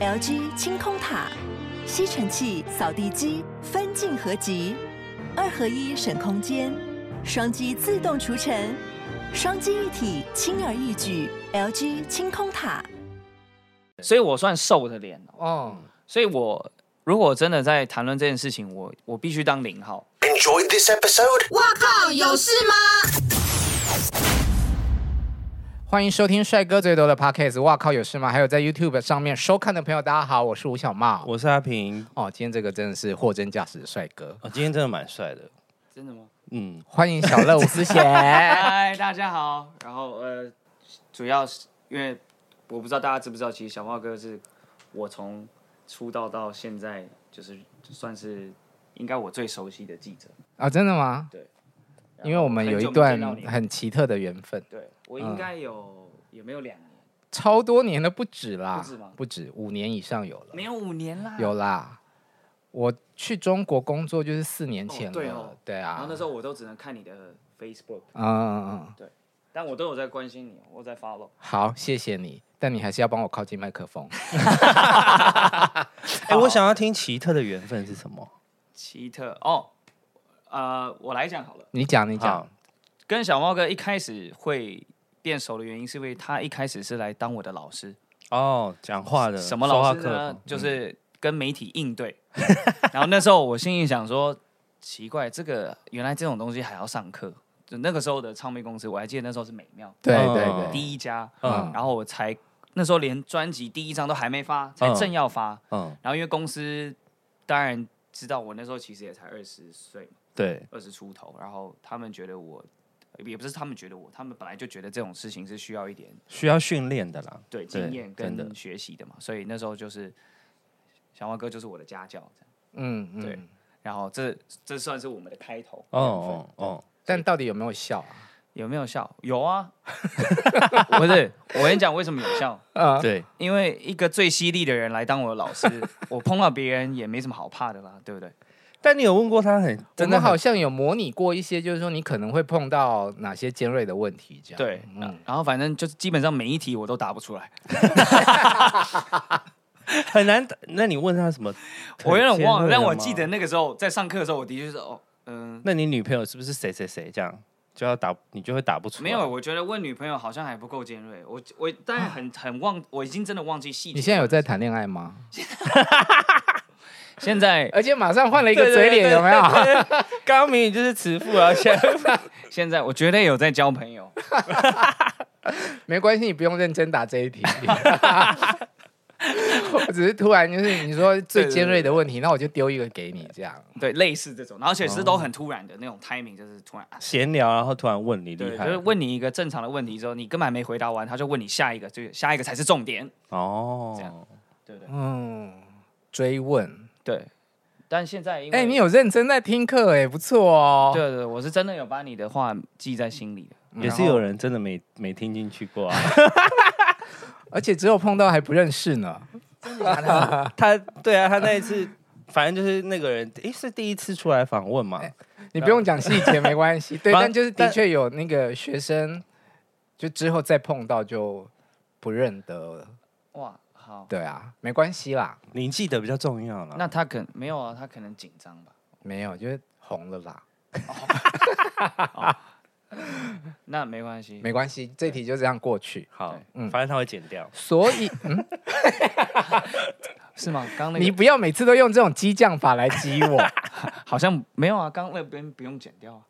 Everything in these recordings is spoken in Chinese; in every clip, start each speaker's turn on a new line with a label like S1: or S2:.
S1: LG 清空塔、吸尘器、扫地机分镜合集，二合一省空间，双击自动除尘，双击一体轻而易举。LG 清空塔。
S2: 所以我算瘦的脸哦
S3: 哦，
S2: 所以我如果真的在谈论这件事情，我我必须当零号。
S4: Enjoyed this episode?
S3: 欢迎收听帅哥最多的 podcast。哇靠，有事吗？还有在 YouTube 上面收看的朋友，大家好，我是吴小茂。
S5: 我是阿平，
S3: 哦，今天这个真的是货真价实的帅哥。
S5: 啊，今天真的蛮帅的，
S2: 真的吗？
S5: 嗯，
S3: 欢迎小乐伍思 贤。
S2: 嗨，大家好。然后呃，主要是因为我不知道大家知不知道，其实小茂哥是我从出道到现在，就是算是应该我最熟悉的记者。
S3: 啊、真的吗？
S2: 对，
S3: 因为我们有一
S2: 很久没见到
S3: 段
S2: 你
S3: 很奇特的缘分，
S2: 对我应该有、也没有两年，
S3: 超多年的不止啦，
S2: 不止吗
S3: 五年以上有了，
S2: 没有啊五年啦。
S3: 有啦。我去中国工作就是四年前了，
S2: 哦对哦然
S3: 啊
S2: 后，那时候我都只能看你的 Facebook，
S3: 嗯嗯嗯，
S2: 但我都有在关心你，我在 follow。
S3: 好，谢谢你，但你还是要帮我靠近麦克风。
S5: 哎、我想要听奇特的缘分是什么？
S2: 奇特哦，呃，我来讲好了。
S3: 你讲，你讲
S5: 好，
S2: 跟小猫哥一开始会变熟的原因，是因为他一开始是来当我的老师，
S5: 哦，讲话的
S2: 什么老师
S5: 说话
S2: 呢
S5: 课？嗯
S2: 就是跟媒体应对。 然后那时候我心里想说，奇怪，这个原来这种东西还要上课。就那个时候的唱片公司，我还记得那时候是美妙
S3: 对
S5: 嗯
S3: 对
S5: 嗯
S3: 对，
S2: 第一家，
S5: 嗯
S2: 然后我才那时候连专辑第一张都还没发，才
S5: 嗯
S2: 正要发。
S5: 嗯，
S2: 然后因为公司当然知道我那时候其实也才二十岁嘛
S5: 对，
S2: 二十出头，然后他们觉得我，也不是他们觉得我，他们本来就觉得这种事情是需要一点
S5: 需要训练的啦，
S2: 对
S5: 对
S2: 经验
S5: 真的
S2: 跟学习的嘛，所以那时候就是小王哥就是我的家教，这样
S3: 嗯嗯
S2: 对然后这这算是我们的开头。
S5: 哦哦哦，
S3: 但到底有没有效啊？
S2: 有没有效？有 啊，不是，我跟你讲为什么有效，
S3: 呃，
S5: 对，
S2: 因为一个最犀利的人来当我的老师，我碰到别人也没什么好怕的啦，对不对？
S5: 但你有问过他很
S3: 我
S5: 真的
S3: 们
S5: 很
S3: 好像有模拟过一些，就是说你可能会碰到哪些尖锐的问题，这样。
S2: 对，
S5: 嗯
S2: 然然后反正就是基本上每一题我都答不出来，
S5: 很难？那你问他什么？
S2: 我有点忘了，
S5: 尖锐的
S2: 但我
S5: 吗
S2: 记得。那个时候在上课的时候，我的确是哦，嗯、
S5: 那你女朋友是不是谁谁谁这样？就要打你就会打不出来
S2: 没有，我觉得问女朋友好像还不够尖锐。我我当然很很忘，我已经真的忘记细节。
S3: 你现在有在谈恋爱吗？
S2: 现在
S3: 而且马上换了一
S5: 一
S3: 个嘴脸，有没有？？
S5: 对对对对刚刚明明就是慈父啊， 现在
S2: 现在我绝对有在交朋友。
S3: 没关系，你不用认真答这一题。 我只是突然就是你说最尖锐的问题，那我就丢一个给你，这样
S2: 对，类似这种，然后而且是都很突然的那种 timing，就是突然。啊
S5: 闲聊，然后突然问你
S2: 对，
S5: 厉
S2: 就
S5: 害，
S2: 是问你一个正常的问题之后，你根本还没回答完，他就问你下一个，就是下一个才是重点，这样
S5: 哦，
S2: 对不对？
S3: 嗯，追问。
S2: 对。但现在因为
S3: 哎、你有认真在听课哎、不错哦。
S2: 对对，我是真的有把你的话记在心里的。
S5: 也是有人真的没没听进去过啊。
S3: 而且只有碰到还不认识呢。
S5: 他对啊，他那一次，反正就是那个人，诶，是第一次出来访问嘛？
S3: 你不用讲细节，没关 系。对，
S5: 反
S3: 但就是的
S5: 但
S3: 确有那个学生，就之后再碰到就不认得了。
S2: 哇，好，
S3: 对啊，没关系啦，
S5: 你记得比较重要了。
S2: 那他可没有啊，他可能紧张吧。
S3: 没有，就是红了啦，
S2: 那没关系，
S3: 没关系，这题就这样过去。
S5: 好，
S3: 嗯
S5: 反正他会剪掉。
S3: 所 以，嗯。
S2: 是吗？刚刚那个
S3: 你不要每次都用这种激将法来激 我，
S2: 好像没有啊，刚那边不用剪掉啊。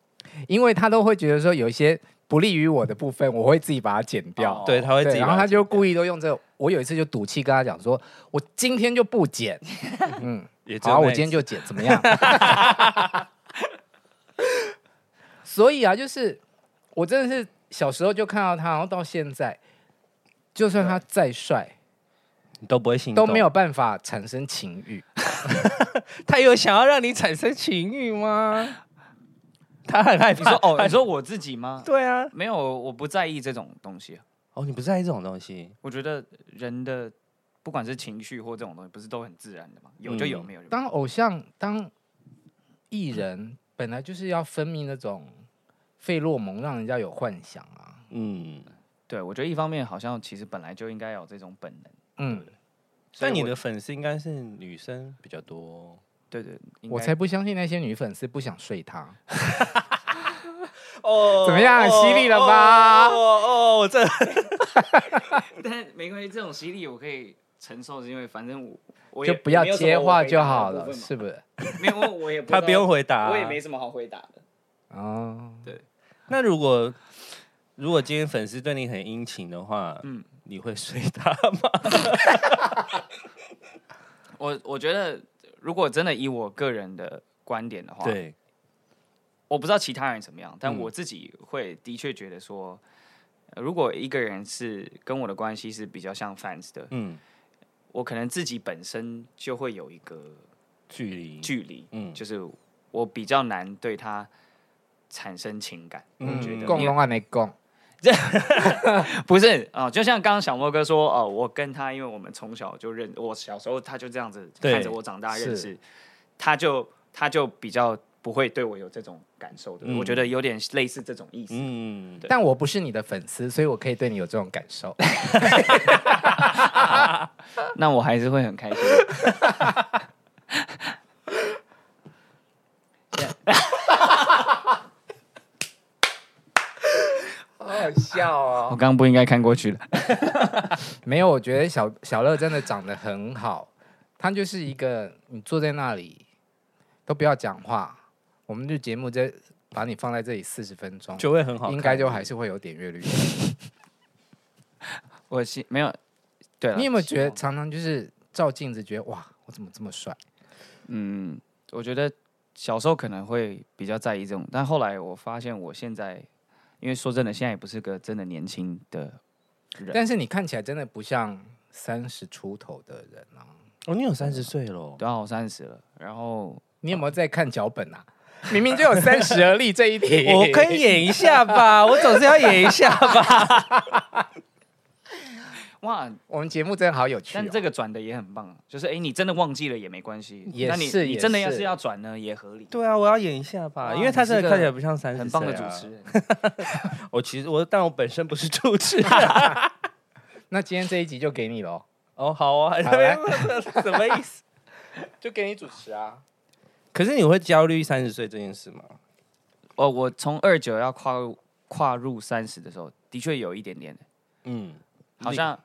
S3: 因为他都会觉得说有一些不利于我的部分，我会自己把它剪掉。
S2: 哦
S5: 对，他会自
S3: 对，
S5: 己
S3: 然后他
S5: 把它剪。
S3: 就故意都用这个。我有一次就赌气跟他讲说，我今天就不剪， 嗯，
S5: 也只有
S3: 好啊、
S5: 那
S3: 我
S5: 一
S3: 今天
S5: 次
S3: 就剪，怎么 样？所以啊，就是我真的是小时候就看到他，然后到现在，就算他再帅，
S5: 你都不会心
S3: 都
S5: 动
S3: 没有。办法产生情欲。
S5: 他有想要让你产生情欲吗？他很害
S2: 你
S5: 怕。
S2: 说哦，你说我自己吗？
S5: 对啊。
S2: 没有，我不在意这种东西啊。
S5: 哦，你不在意这种东西。
S2: 我觉得人的不管是情绪或这种东西，不是都很自然的吗？有就有，
S5: 嗯
S2: 没有就没有
S3: 当偶像、当艺人，本来就是要分泌那种费洛蒙，让人家有幻想啊。
S5: 嗯，
S2: 对，我觉得一方面好像其实本来就应该有这种本能，
S3: 嗯，
S2: 所以
S5: 但你
S2: 我
S5: 的粉丝应该是女生比较多。
S2: 对对，应
S3: 我
S2: 该
S3: 才不相信那些女粉丝不想睡他。
S5: 哦
S3: 怎么样犀利了吧
S5: 哦哦，我这
S2: 但没关系，这种洗礼我可以承受，是因为反正我我也
S3: 就不要
S2: 我没有什么
S3: 接
S2: 我
S3: 话
S2: 回答
S3: 就
S2: 的
S3: 好
S2: 部
S3: 了，
S2: 分嘛
S3: 是不是？
S2: 没有，我也知
S5: 他
S2: 道
S5: 不用回答、啊
S2: 我也没什么好回答的。
S3: 哦，
S5: 那如果如果今天粉丝对你很殷勤的话，嗯，你会睡他吗？
S2: 我我觉得，如果真的以我个人的观点的话，，
S5: 对，
S2: 我不知道其他人怎么样，但
S5: 嗯
S2: 我自己会的确觉得说，呃如果一个人是跟我的关系是比较像 fans 的，
S5: 嗯，
S2: 我可能自己本身就会有一个
S5: 距离，
S2: 距离，
S5: 嗯
S2: 就是我比较难对他产生情感。
S5: 嗯
S2: 我觉得
S3: 共
S2: 因为
S3: 拢啊，没共，
S2: 不是啊、就像刚刚小莫哥说，哦、我跟他，因为我们从小就认，我小时候他就这样子
S5: 对
S2: 看着我长大认
S3: 是
S2: 识，他就他就比较不会对我有这种感受的，
S5: 嗯
S2: 我觉得有点类似这种意思。
S5: 嗯，
S2: 对
S3: 但我不是你的粉丝，所以我可以对你有这种感受。
S2: 那我还是会很开心。
S3: 好好笑
S2: 我啊
S3: 哦！
S2: 刚刚不应该看过去了。
S3: 没有，我觉得小小乐真的长得很好，他就是一个你坐在那里都不要讲话，我们就节目再把你放在这里四十分钟，
S5: 就会很好看，
S3: 应该就还是会有点阅率。
S2: 我心没有，对了
S3: 你有没
S2: 啊
S3: 有觉得？常常就是照镜子觉得哇，我怎么这么帅？
S2: 嗯，我觉得小时候可能会比较在意这种，但后来我发现我现在，因为说真的，现在也不是个真的年轻的人。
S3: 但是你看起来真的不像三十出头的人啊！
S5: 哦，你有三十岁 了，
S2: 对啊，我三十了，然后
S3: 你有没有在看脚本啊？明明就有三十而立这一 题，
S5: 我可以演一下 吧，我总是要演一下吧。
S2: 哇，
S3: 我们节目真的好有趣、哦
S2: 但。这个转的也很棒，就是哎，你真的忘记了也没关系，
S3: 也
S2: 那你
S3: 是
S2: 你
S3: 也
S2: 真的要
S3: 是
S2: 是要转呢，也合理，
S5: 对啊，我要演一下吧，
S2: 哇
S5: 因为他
S2: 你是
S5: 真的看起
S2: 个
S5: 来不像三十、啊
S2: 很棒的主持。人。
S3: 啊
S5: 我其实我，但我本身不是主持人。
S3: 那今天这一集就给你喽，
S5: 哦，好啊，
S3: 好来
S5: 什么意 思？
S3: 就给你主持啊。
S5: 可是你会焦虑三十岁这件事吗？
S2: 哦，我从二九要跨入跨入三十的时候，的确有一点点，
S5: 嗯，
S2: 好像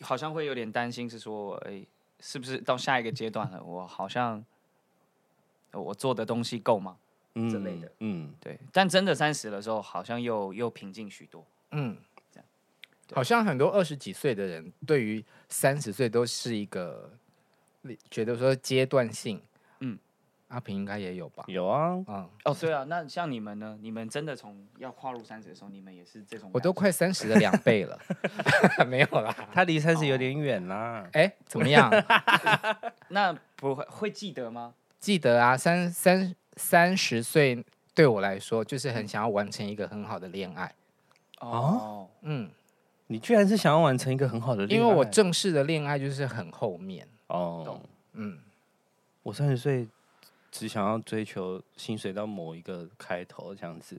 S2: 好像会有点担心，是说哎，是不是到下一个阶段了？我好像呃我做的东西够吗？
S5: 之
S2: 类的，
S5: 嗯，
S2: 对，但真的三十的时候，好像又又平静许多。
S3: 嗯，好像很多二十几岁的人对于三十岁都是一个觉得说阶段性。嗯
S2: 嗯，
S3: 阿平应该也有吧？
S5: 有啊，
S3: 嗯，
S2: 哦，对啊，那像你们呢？你们真的从要跨入三十的时候，你们也是这种感觉？
S3: 我都快三十的两倍 了，没有啦。
S5: 他离三十有点远啦。
S3: 哎、怎么样？
S2: 那不会会记得吗？
S3: 记得啊，三三三十岁对我来说，就是很想要完成一个很好的恋爱。
S2: 哦，
S3: 嗯，
S5: 你居然是想要完成一个很好的恋
S3: 因
S5: 爱，
S3: 为我正式的恋爱就是很后面。
S5: 哦
S2: 懂，
S3: 嗯，
S5: 我三十岁只想要追求薪水到某一个开头这样子，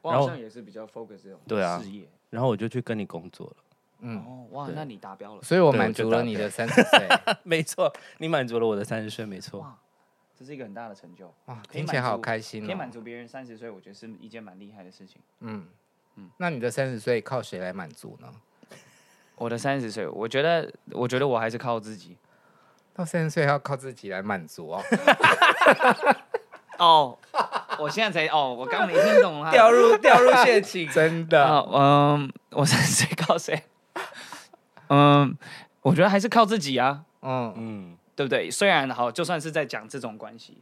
S2: 我
S5: 然
S2: 好
S5: 后
S2: 像也是比较 focus 这种
S5: 对啊
S2: 事业。
S5: 然后我就去跟你工作了。
S3: 嗯
S2: 哦，哇，
S5: 对
S2: 那你达标了，
S3: 所以我
S5: 对
S3: 满
S5: 我就
S3: 足
S5: 达
S3: 了你的三十 岁。
S5: 没错，你满足了我的三十岁，没错
S2: 哇。这是一个很大的成就，
S3: 哇，
S2: 可以
S3: 听起来好
S2: 满足
S3: 开心、哦。
S2: 可以满足别人三十岁，我觉得是一件蛮厉害的事情。
S3: 嗯，那你的三十岁靠谁来满足呢？
S2: 我的三十岁，我觉得，我觉得我还是靠自己。
S3: 到三十岁要靠自己来满足 哦。
S2: 哦， 我现在才哦，我刚没听懂 啊。
S5: 掉入掉入陷阱，真
S2: 啊，嗯，我三十岁靠谁？ 嗯，我觉得还是靠自己啊，
S3: 嗯，
S5: 嗯，
S2: 对不对？虽然好，就算是在讲这种关系，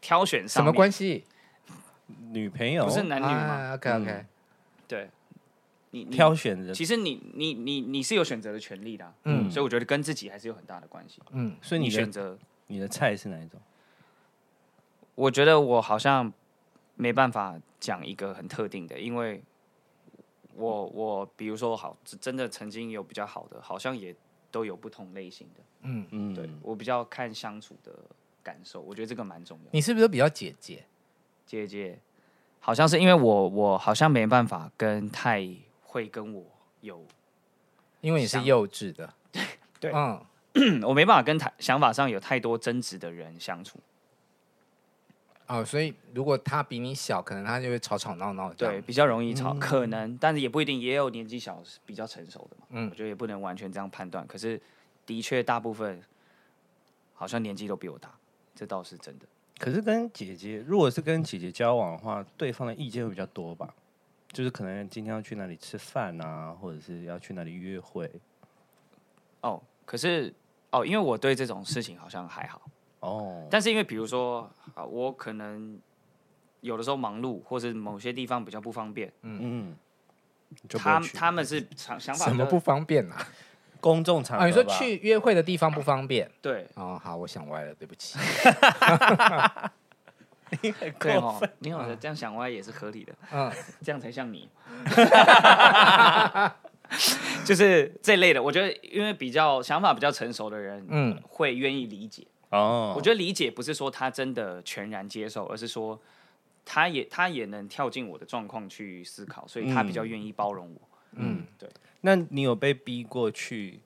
S2: 挑选
S3: 嗯什
S2: 上
S3: 么
S2: 面
S3: 关系？
S5: 女朋友
S2: 不是男女嗯吗？
S3: 啊、？OK OK，、
S2: 对，你你
S5: 挑选人，
S2: 其实你你你你是有选择的权利的啊、
S3: 嗯
S2: 所以我觉得跟自己还是有很大的关系。
S3: 嗯，
S5: 所以你
S2: 选
S5: 选
S2: 择，
S5: 你的菜是哪一种？
S2: 我觉得我好像没办法讲一个很特定的，因为我我比如说好，真的曾经有比较好的，好像也都有不同类型的。
S5: 嗯，
S2: 对、我比较看相处的感受，我觉得这个蛮重要。
S3: 你是不是比较姐姐？
S2: 姐姐好像是因为我我好像没办法跟太会跟我有
S3: 因为你是
S2: 像
S3: 幼稚的。
S2: 对
S3: 嗯，
S2: 我没办法跟他想法上有太多争执的人相处。
S3: 哦，所以如果他比你小，可能他就会吵吵闹闹这
S2: 对，
S3: 样。嗯
S2: 比较容易吵，可能，但是也不一定，也有年纪小是比较成熟的嘛。
S3: 嗯
S2: 我觉得也不能完全这样判断。可是，的确大部分好像年纪都比我大，这倒是真的。
S5: 可是跟姐姐，如果是跟姐姐交往的话，对方的意见会比较多吧？就是可能今天要去哪里吃饭啊，或者是要去哪里约会
S2: 哦，可是哦，因为我对这种事情好像还好，
S5: 哦。
S2: 但是因为比如说啊，我可能有的时候忙碌，或是某些地方比较不方便，
S5: 嗯，你就不会
S2: 他
S5: 去
S2: 他们是想想法
S3: 什
S2: 比
S3: 么
S2: 较
S3: 不方 便啊？
S5: 公众场合、
S3: 啊，你说？去约会的地方不方便？
S2: 对
S3: 哦，好，我想歪了，对不起。
S2: 对哦，你好，这样想歪也是合理的。
S3: 嗯，
S2: 这样才像你。就是这类的，我觉得因为比较想法比较成熟的人，
S3: 嗯
S2: 嗯，会愿意理解。
S5: 哦，
S2: 我觉得理解不是说他真的全然接受，而是说他也他也能跳进我的状况去思考，所以他比较愿意包容我。
S5: 那你有被逼过去，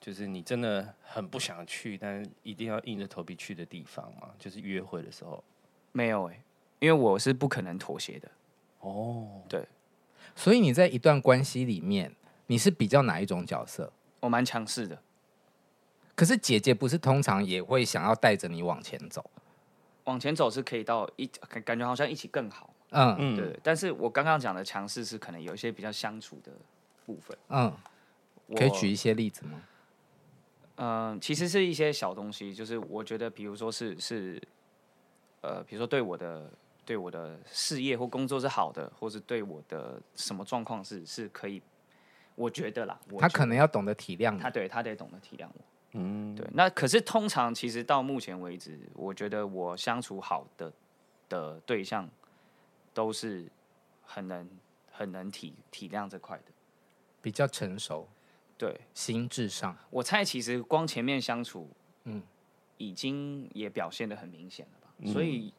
S5: 就是你真的很不想去，但是一定要硬着头皮去的地方吗？就是约会的时候。
S2: 没有哎、因为我是不可能妥协的。
S5: 哦，
S3: 所以你在一段关系里面，你是比较哪一种角色？
S2: 我蛮强势的，
S3: 可是姐姐不是通常也会想要带着你往前走？
S2: 往前走是可以到一感感觉好像一起更好，
S3: 嗯
S5: 嗯，
S2: 对。但是我刚刚讲的强势是可能有一些比较相处的部分，
S3: 嗯，
S2: 我
S3: 可以举一些例子吗？
S2: 嗯，其实是一些小东西，就是我觉得，比如说是是，呃，比如说对我的对我的事业或工作是好的，或是对我的什么状况是是可以，我觉得啦，我
S3: 她
S2: 觉
S3: 可能要懂得体谅你
S2: 他。对他得懂得体谅我，
S5: 嗯，
S2: 对，那可是通常其实到目前为止，我觉得我相处好的的对象都是很能很能体体谅这块的，
S3: 比较成熟，
S2: 对，
S3: 心智上，
S2: 我猜其实光前面相处，嗯，已经也表现的很明显了吧，
S3: 嗯
S2: 所以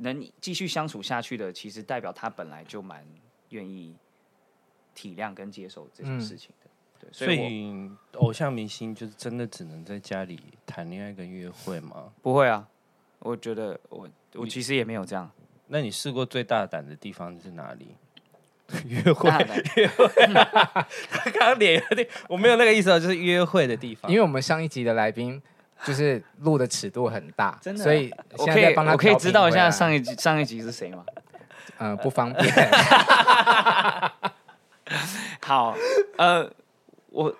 S2: 能继续相处下去的，其实代表他本来就蛮愿意体谅跟接受这
S3: 嗯
S2: 种事情的，对，
S5: 所
S2: 所以我
S5: 以偶像明星就是真的只能在家里谈恋爱跟约会吗？
S2: 不会啊，我觉得我我其实也没有这 样，
S5: 那你试过最大胆的地方是哪里？约会，
S2: 大胆
S5: 刚刚脸有点，我没有那个意思哦，就是约会的地
S2: 啊
S5: 方。
S3: 因为我们上一集的来宾就是录的尺度很大，
S2: 真的啊
S3: 所以
S2: 我
S3: 现
S2: 可
S3: 在在
S2: 以
S3: 帮他
S2: 我可以
S3: 调
S2: 知
S3: 频啊
S2: 道一
S3: 回
S2: 下
S3: 来
S2: 上一集上一集是谁吗？
S3: 呃不方便，
S2: 好，呃，我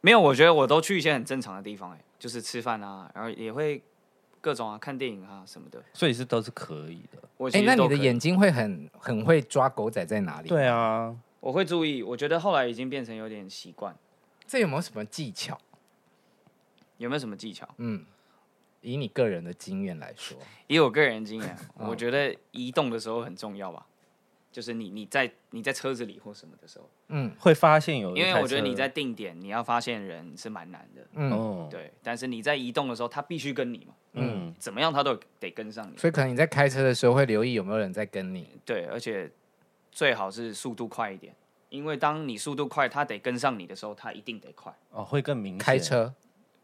S2: 没有，我觉得我都去一些很正常的地方、哎，就是吃饭啊，然后也会各种啊，看电影啊什么的。
S5: 所以是都是可以的。
S2: 我其
S3: 哎，
S2: 实
S3: 那
S2: 都
S3: 你的
S2: 可以
S3: 眼睛会很很会抓狗仔在哪里？，
S5: 对啊，
S2: 我会注意，我觉得后来已经变成有点习惯。
S3: 这有没有什么技巧？
S2: 有没有什么技巧？
S3: 嗯，以你个人的经验来说，
S2: 以我个人经 验，
S3: 嗯
S2: 我觉得移动的时候很重要吧，就是你你在你在车子里或什么的时候，
S3: 嗯
S5: 会发现有一
S2: 因为
S5: 台
S2: 我觉得
S5: 车
S2: 你在定点你要发现人是蛮难的，
S3: 嗯，
S5: 哦，
S2: 对。但是你在移动的时候，他必须跟你嘛，
S5: 嗯，
S2: 怎么样他都得跟上你。
S3: 所以可能你在开车的时候会留意有没有人在跟你，
S2: 对，而且最好是速度快一点，因为当你速度快，他得跟上你的时候，他一定得快。
S5: 哦，会更明显。
S3: 开车，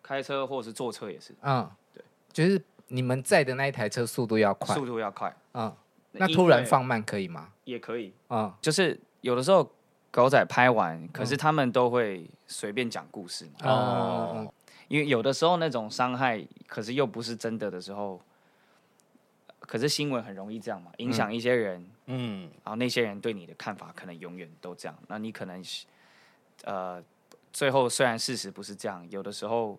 S2: 开车或者是坐车也是，
S3: 嗯，
S2: 对，
S3: 就是你们在的那一台车速度要快
S2: 速，度要快。
S3: 嗯，那突
S2: 因
S3: 然
S2: 为
S3: 放慢可以吗？
S2: 也可以，
S3: 嗯，
S2: 就是有的时候狗仔拍完，可是他们都会随便讲故事嘛，
S3: 哦，嗯
S2: 因为有的时候那种伤害，可是又不是真的的时候。可是新闻很容易这样嘛，影响一些人，
S5: 嗯，
S2: 然后那些人对你的看法可能永远都这样，那你可能是呃，最后虽然事实不是这样，有的时候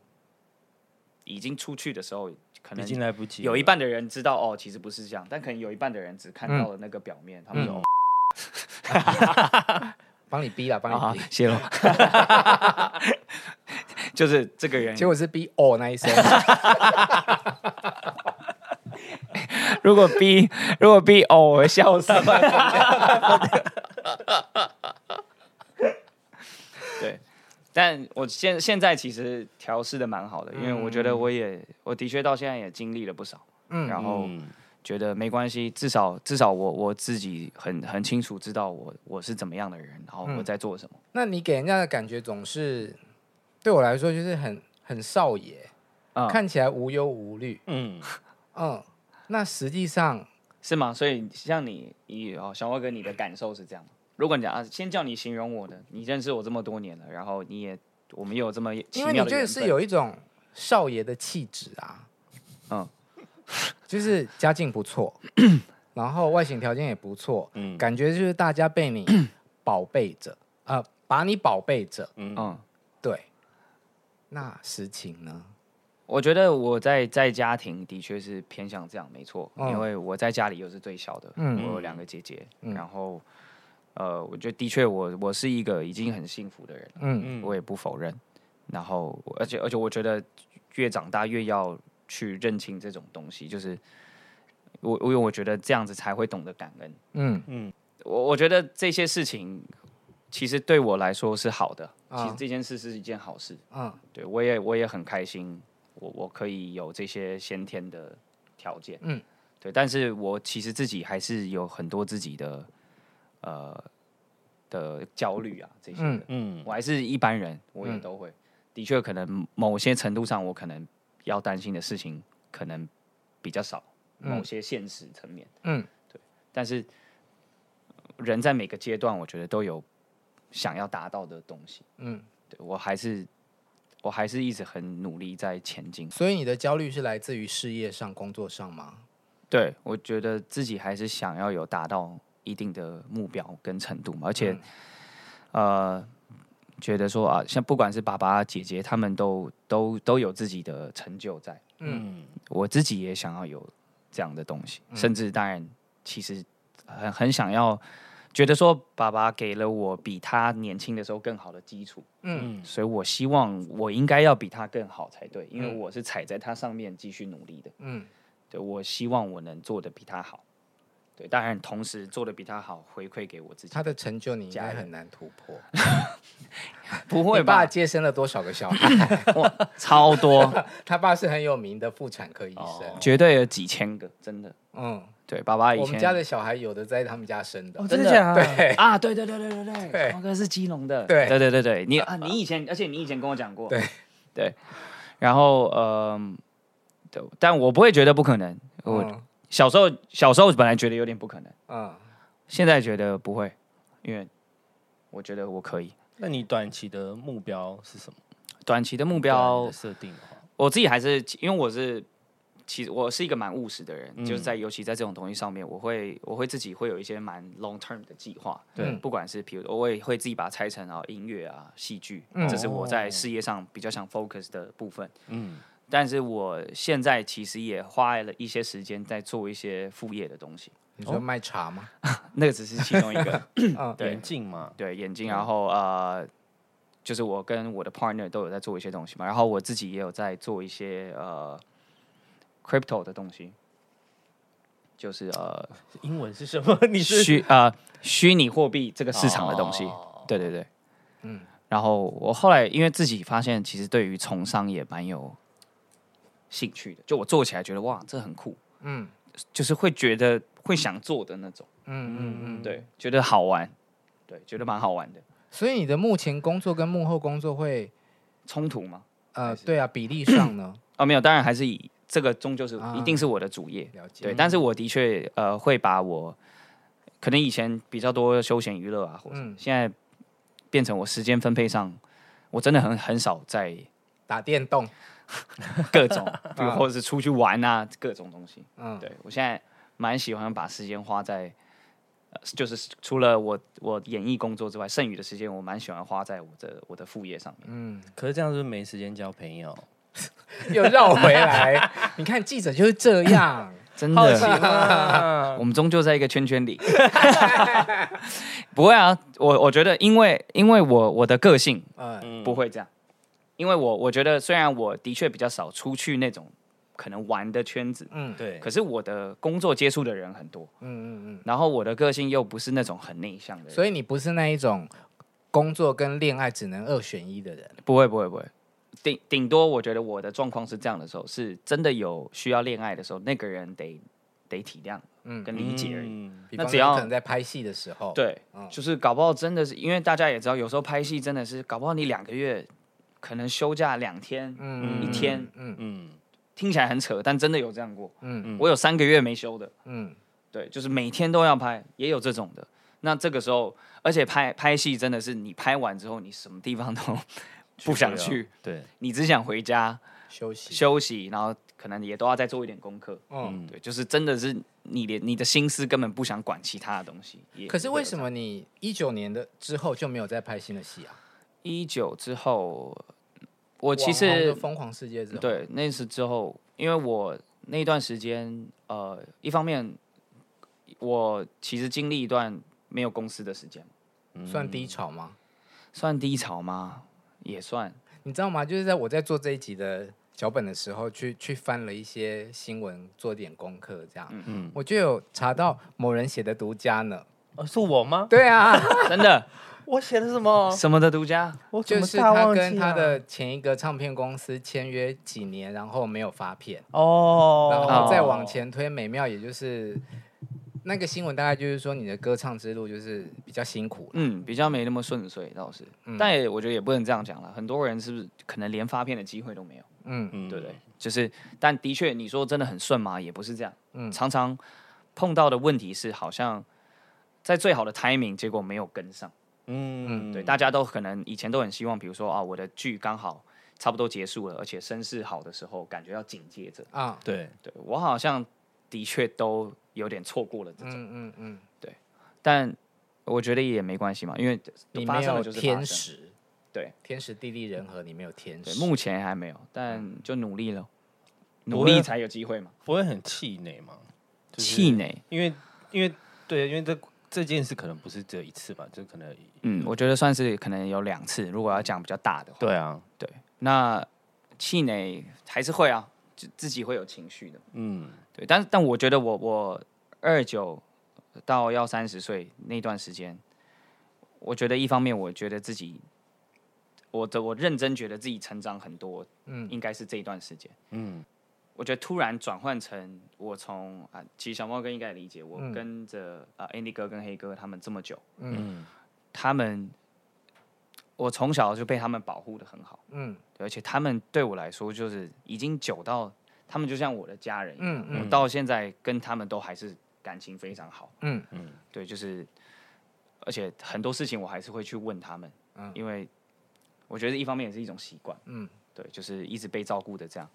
S2: 已经出去的时候，可
S5: 已经
S2: 能
S5: 来不及了。
S2: 有一半的人知道哦，其实不是这样，但可能有一半的人只看到了那个表面，他们说、
S3: 帮你逼了，帮
S2: 哦啊
S3: 你逼，，
S2: 谢喽， 就是这个人
S3: 结，果是逼哦那 一声。
S2: 如果逼如果逼哦，我会笑死。 对，但我现现在其实调试的蛮好的，因为我觉得我也我的确到现在也经历了不少，
S3: 嗯
S2: 然后
S5: 嗯
S2: 觉得没关系，至少至少我我自己很很清楚知道我我是怎么
S3: 嗯
S2: 样的人，然后我在做什么。
S3: 那你给人家的感觉总是，对我来说就是很很少爷，
S2: 啊、
S3: 看起来无忧无虑，
S5: 嗯，
S3: 嗯，那实际上
S2: 是吗？所以像你，你哦，小猫哥，你的感受是这样吗？如果你讲啊，先叫你形容我的，你认识我这么多年了，然后你也我们也有这么奇
S3: 因为
S2: 妙的
S3: 你就
S2: 缘
S3: 是
S2: 分，
S3: 有一种少爷的气质啊，
S2: 嗯，
S3: 就是家境 不错，然后外形条件也不错，
S5: 嗯
S3: 感觉就是大家被你宝贝着，呃，把你宝贝着，
S2: 嗯，
S3: 对。那实情呢？
S2: 我觉得我在在家庭的确是偏向这样，没错，
S3: 嗯
S2: 因为我在家里又是最小的，
S3: 嗯
S2: 我有两个姐姐，然后呃，我觉得的确我我是一个已经很幸福的人，
S3: 嗯
S2: 我也不否认。然后，而且而且，我觉得越长大越要去认清这种东西，就是我我因为我觉得这样子才会懂得感恩。
S3: 嗯
S2: 我我觉得这些事情其实对我来说是好的，
S3: 啊
S2: 其实这件事是一件好事。
S3: 嗯
S2: 对我也我也很开心，我我可以有这些先天的条件，
S3: 嗯，
S2: 对，但是我其实自己还是有很多自己的呃的焦虑啊这些的，
S5: 嗯
S2: 我还是一般人，我也
S3: 嗯
S2: 都会，的确可能某些程度上我可能要担心的事情可能比较少，
S3: 嗯
S2: 某些现实层面，
S3: 嗯，
S2: 但是呃人在每个阶段，我觉得都有想要达到的东西。
S3: 嗯，
S2: 对我还是我还是一直很努力在前进。
S3: 所以你的焦虑是来自于事业上、工作上吗？
S2: 对我觉得自己还是想要有达到一定的目标跟程度嘛，而且、呃，觉得说啊，像不管是爸爸、姐姐，他们都都都有自己的成就在，
S5: 嗯
S2: 我自己也想要有这样的东西，甚至当然，其实很很想要，觉得说爸爸给了我比他年轻的时候更好的基础，
S5: 嗯
S2: 所以我希望我应该要比他更好才对，因为我是踩在他上面继续努力的，
S3: 嗯
S2: 对我希望我能做的比他好，对，当然同时做的比他好，回馈给我自己
S3: 他，的成就你应
S2: 家
S3: 该
S2: 人
S3: 很难突破。
S2: 不
S3: 你
S2: 会
S3: 爸
S2: 吧？
S3: 接生了多少个小孩？
S2: 超多，
S3: 他爸是很有名的妇产科医生。
S2: 绝对有几千个，真的，
S3: 嗯，
S2: 对，爸哦爸以
S3: 我
S2: 前
S3: 们家的小孩有的在他们家生哦的。
S5: 哦真的假的
S3: 对
S2: 啊，对对对对对
S3: 对
S2: 对，王哥是基隆的，
S3: 对
S2: 对对对对，你啊，你以前，而且你以前跟我讲过，
S3: 对
S2: 对，然后嗯、对，但我不会觉得不可能，我、
S3: 嗯
S2: 小时候小时候本来觉得有点不可能，
S3: 嗯，
S2: 现在觉得不会，因为我觉得我可以。
S5: 那你短期的目标是什么？
S2: 短期的目
S5: 目标
S2: 标，
S5: 设定的话，
S2: 我自己还是因为我是。其实我是一个蛮务实的人，
S5: 嗯
S2: 就是在尤其在这种东西上面，我会我会自己会有一些蛮 long term 的计划，
S5: 对
S2: 不管是比如我也会自己把它拆成啊音乐啊戏剧，这是我在事业上比较想 focus 的部分。
S5: 哦嗯
S2: 但是我现在其实也花了一些时间在做一些副业的东西，
S3: 你说卖茶吗？
S2: 那个只是其中一个。
S3: 嗯，
S2: 对
S5: 眼镜嘛，
S2: 对眼睛，然后呃，就是我跟我的 partner 都有在做一些东西嘛，然后我自己也有在做一些呃 crypto 的东西，就是呃
S5: 英文是什么？ 你是
S2: 虚呃虚拟货币这个市场的东西。
S5: 哦
S2: 对对对，嗯。然后我后来因为自己发现，其实对于从商也蛮有兴趣的，就我做起来觉得哇，这很酷，
S3: 嗯
S2: 就是会觉得会想做的那种，
S3: 嗯嗯嗯。
S2: 对，觉得好玩，对，觉得蛮好玩的。
S3: 所以你的幕前工作跟幕后工作会，
S2: 冲突吗？
S3: 呃，对啊，比例上呢？
S2: 哦，没有，当然还是以这个终究是、
S3: 啊
S2: 一定是我的主业，
S3: 了解。嗯
S2: 对，但是我的确呃会把我可能以前比较多休闲娱乐啊，或者、
S3: 嗯
S2: 现在变成我时间分配上，我真的很很少在
S3: 打电动，
S2: 各种，比如或者是出去玩啊，各种东西。
S3: 嗯，
S2: 对我现在蛮喜欢把时间花在，呃就是除了我我演艺工作之外，剩余的时间我蛮喜欢花在我的我的副业上面。
S5: 可是这样是不是没时间交朋友。
S3: 又绕 回来。你看记者就是这样，啊
S2: 真
S5: 好奇
S2: 的，
S5: 吗？
S3: 嗯
S2: 我们终究在一个圈圈里。 不会啊，我我觉得因为因为我我的个性
S3: 嗯
S2: 不会这样，因为我我觉得虽然我的确比较少出去那种可能玩的圈子，
S3: 嗯，
S5: 对
S2: 可，是我的工作接触的人很多。
S3: 嗯嗯
S2: 然后我的个性又不是那种很内向的
S3: 嗯。
S2: 人，
S3: 所以你不是那一种工作跟恋爱只能二选一的人。
S2: 不会不会不会，顶顶多我觉得我的状况是这样的时候，是真的有需要恋爱的时候，那个人得得体谅，
S3: 嗯
S2: 跟理解而已。
S5: 嗯
S3: 比
S2: 那
S3: 方
S2: 只
S3: 说你
S2: 要
S3: 可能在拍戏的嗯时候，，
S2: 对，就是搞不好真的是因为大家也知道，有时候拍戏真的是搞不好你两个月可能休假两天，
S3: 嗯，
S2: 一天，
S3: 嗯
S5: 嗯，
S2: 听起来很扯，但真的有这样过。
S3: 嗯
S5: 嗯
S2: 我有三个月没休的，
S3: 嗯
S2: 对，就是每天都要拍，也有这种的。那这个时候，而且拍拍戏真的是你拍完之后，你什么地方都不想去，
S5: 对，
S2: 你只想回家
S3: 休息，
S2: 休息，然后可能也都要再做一点功课。
S3: 嗯。
S2: 对，就是真的是你连你的心思根本不想管其他的东西。
S3: 可是为什
S2: 么
S3: 么你一九年的之后就没有再拍新的戏啊？
S2: 一九之后，我其
S3: 网红
S2: 实
S3: 的疯狂世界之后，
S2: 对，那次之后，因为我那段时间，呃，一方面我其实经历一段没有公司的时间，
S3: 算
S2: 嗯
S3: 低潮吗？
S2: 算低潮吗？也算。
S3: 你知道吗？就是在我在做这一集的脚本的时候，去去翻了一些新闻，做点功课，这样，
S5: 嗯
S3: 我就有查到某人写的独家呢。
S5: 哦，是我吗？
S3: 对啊，
S2: 真的， 哦
S5: 我写的 什么？
S2: 什么的独家，
S5: 我怎
S3: 就
S5: 么
S3: 是
S5: 大
S3: 他
S5: 忘
S3: 跟
S5: 记
S3: 他
S5: 啊
S3: 的前一个唱片公司签约几年，然后没有发片，
S5: 哦，
S3: 然后再往前推，美妙也就是那个新闻，大概就是说你的歌唱之路就是比较辛苦了。
S2: 嗯，比较没那么顺遂倒是，
S3: 嗯
S2: 但也我觉得也不能这样讲了。很多人是不是可能连发片的机会都没有，
S3: 嗯
S5: 嗯，
S2: 对不对？就是，但的确你说真的很顺吗？也不是这样，
S3: 嗯
S2: 常常碰到的问题是好像在最好的 timing，结果没有跟上。
S5: 嗯，
S2: 对，大家都可能以前都很希望，比如说啊，我的剧刚好差不多结束了，而且声势好的时候，感觉要紧接着。
S3: 啊，
S5: 对，
S2: 对我好像的确都有点错过了这种，
S3: 嗯嗯嗯，
S2: 但我觉得也没关系嘛，因为
S3: 你
S2: 发
S3: 没
S2: 生了
S3: 有
S2: 就是
S3: 天
S2: 发生。
S3: 时，
S2: 对，
S3: 天时地利人和，你没有天
S2: 对，
S3: 时。
S2: 目前还没有，
S3: 嗯
S2: 但就努力了，努
S5: 我
S2: 力
S5: 也
S2: 才有机会嘛。
S5: 不会很气馁吗？就是
S2: 气馁，
S5: 因为因为对，因为这这件事可能不是只有一次吧，就可能
S2: 嗯，我觉得算是可能有两次，如果要讲比较大的话，
S5: 对啊，
S2: 对，那气馁还是会啊，就自己会有情绪的。
S5: 嗯
S2: 对，但但我觉得我我二九到要三十岁那段时间，我觉得一方面我觉得自己，我的我认真觉得自己成长很多，嗯，应该是这一段时间，
S5: 嗯
S2: 我觉得突然转换成我从啊，其实小猫哥应该也理解，我跟着、啊 Andy 哥跟黑哥他们这么久，
S5: 嗯
S2: 他们我从小就被他们保护的很好，
S3: 嗯
S2: 对而且他们对我来说就是已经久到他们就像我的家人一样。
S3: 嗯嗯
S2: 我到现在跟他们都还是感情非常好，
S3: 嗯
S2: 对，就是，而且很多事情我还是会去问他们，
S3: 嗯
S2: 因为我觉得一方面也是一种习惯，
S3: 嗯，
S2: 对，就是一直被照顾的这样。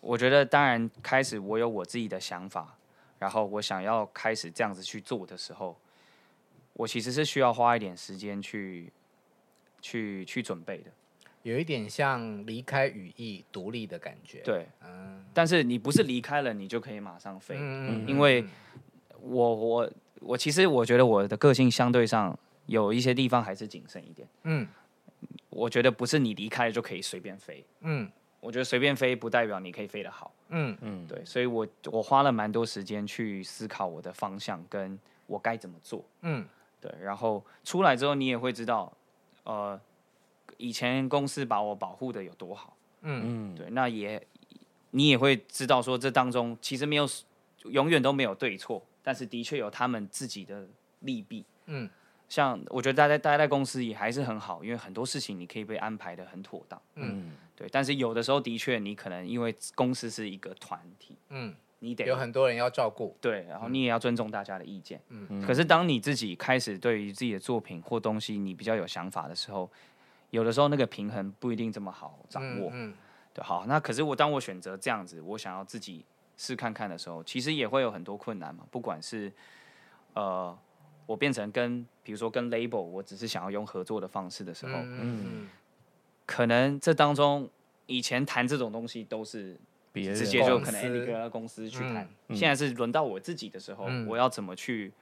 S2: 我觉得当然开始我有我自己的想法，然后我想要开始这样子去做的时候，我其实是需要花一点时间去去去准备的，
S3: 有一点像离开羽翼独立的感觉。，
S2: 对，但是你不是离开了你就可以马上飞，
S3: 嗯
S2: 因为我我我其实我觉得我的个性相对上有一些地方还是谨慎一点。
S3: 嗯
S2: 我觉得不是你离开了就可以随便飞，
S3: 嗯
S2: 我觉得随便飞不代表你可以飞得好。
S3: 嗯
S5: 嗯，
S2: 对，所以我我花了蛮多时间去思考我的方向跟我该怎么做。
S3: 嗯
S2: 对，然后出来之后你也会知道，呃，以前公司把我保护的有多好。
S5: 嗯
S2: 对，那也你也会知道说这当中其实没有永远都没有对错，但是的确有他们自己的利弊。
S3: 嗯，
S2: 像我觉得待在待在公司也还是很好，因为很多事情你可以被安排的很妥当。
S5: 嗯
S2: 对，但是有的时候的确你可能因为公司是一个团体，
S3: 嗯，
S2: 你得
S3: 有很多人要照顾。
S2: 对，然后你也要尊重大家的意见。嗯，可是当你自己开始对于自己的作品或东西你比较有想法的时候，有的时候那个平衡不一定这么好掌握。
S3: 嗯
S2: 对，好，那可是我当我选择这样子，我想要自己试看看的时候，其实也会有很多困难嘛，不管是呃，我变成跟比如说跟 label，我只是想要用合作的方式的时候，
S3: 嗯
S2: 可能这当中以前谈这种东西都是
S5: 别人
S2: 直接就可能
S3: 公司
S2: Andy 哥公司去谈，
S5: 嗯
S2: 现在是轮到我自己的时候，
S3: 嗯
S2: 我要怎么去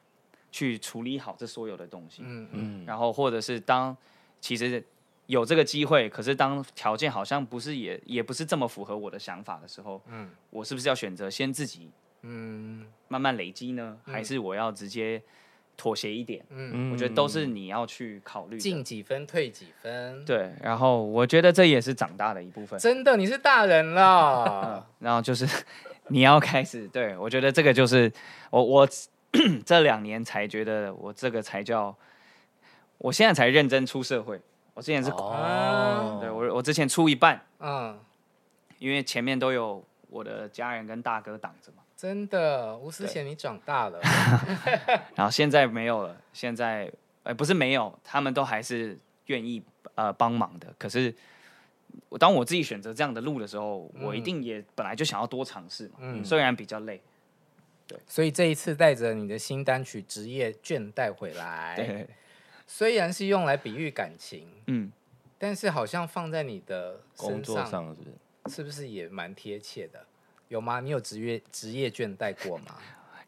S2: 去处理好这所有的东西，
S3: 嗯嗯
S5: 嗯
S2: 然后或者是当其实有这个机会，可是当条件好像不是也也不是这么符合我的想法的时候，
S3: 嗯
S2: 我是不是要选择先自己
S3: 嗯
S2: 慢慢累积呢？还是我要直接妥协一点？
S3: 嗯，
S5: 嗯
S2: 我觉得都是你要去考虑
S3: 进
S2: 的。
S3: 几分退几分。，
S2: 对，然后我觉得这也是长大的一部分。
S3: 真的你是大人了。
S2: 然后就是 你要开始，对我觉得这个就是我我 这两年才觉得我这个才叫，我现在才认真出社会。我之前是，
S5: 哦，
S2: 对我我之前出一半，
S3: 嗯，
S2: 因为前面都有我的家人跟大哥挡着嘛，
S3: 真的，吴思贤，你长大了，
S2: 然后现在没有了，现在哎、不是没有，他们都还是愿意呃帮忙的，可是。我当我自己选择这样的路的时候，我一定也本来就想要多尝试嘛。
S3: 嗯
S2: 虽然比较累，
S3: 所以这一次带着你的新单曲《职业倦带》回来，
S2: 对，
S3: 虽然是用来比喻感情，
S2: 嗯，
S3: 但是好像放在你的
S5: 工
S3: 身
S5: 作上是不是？
S3: 是不是也蛮贴切的？有吗？你有职业职业倦怠过吗？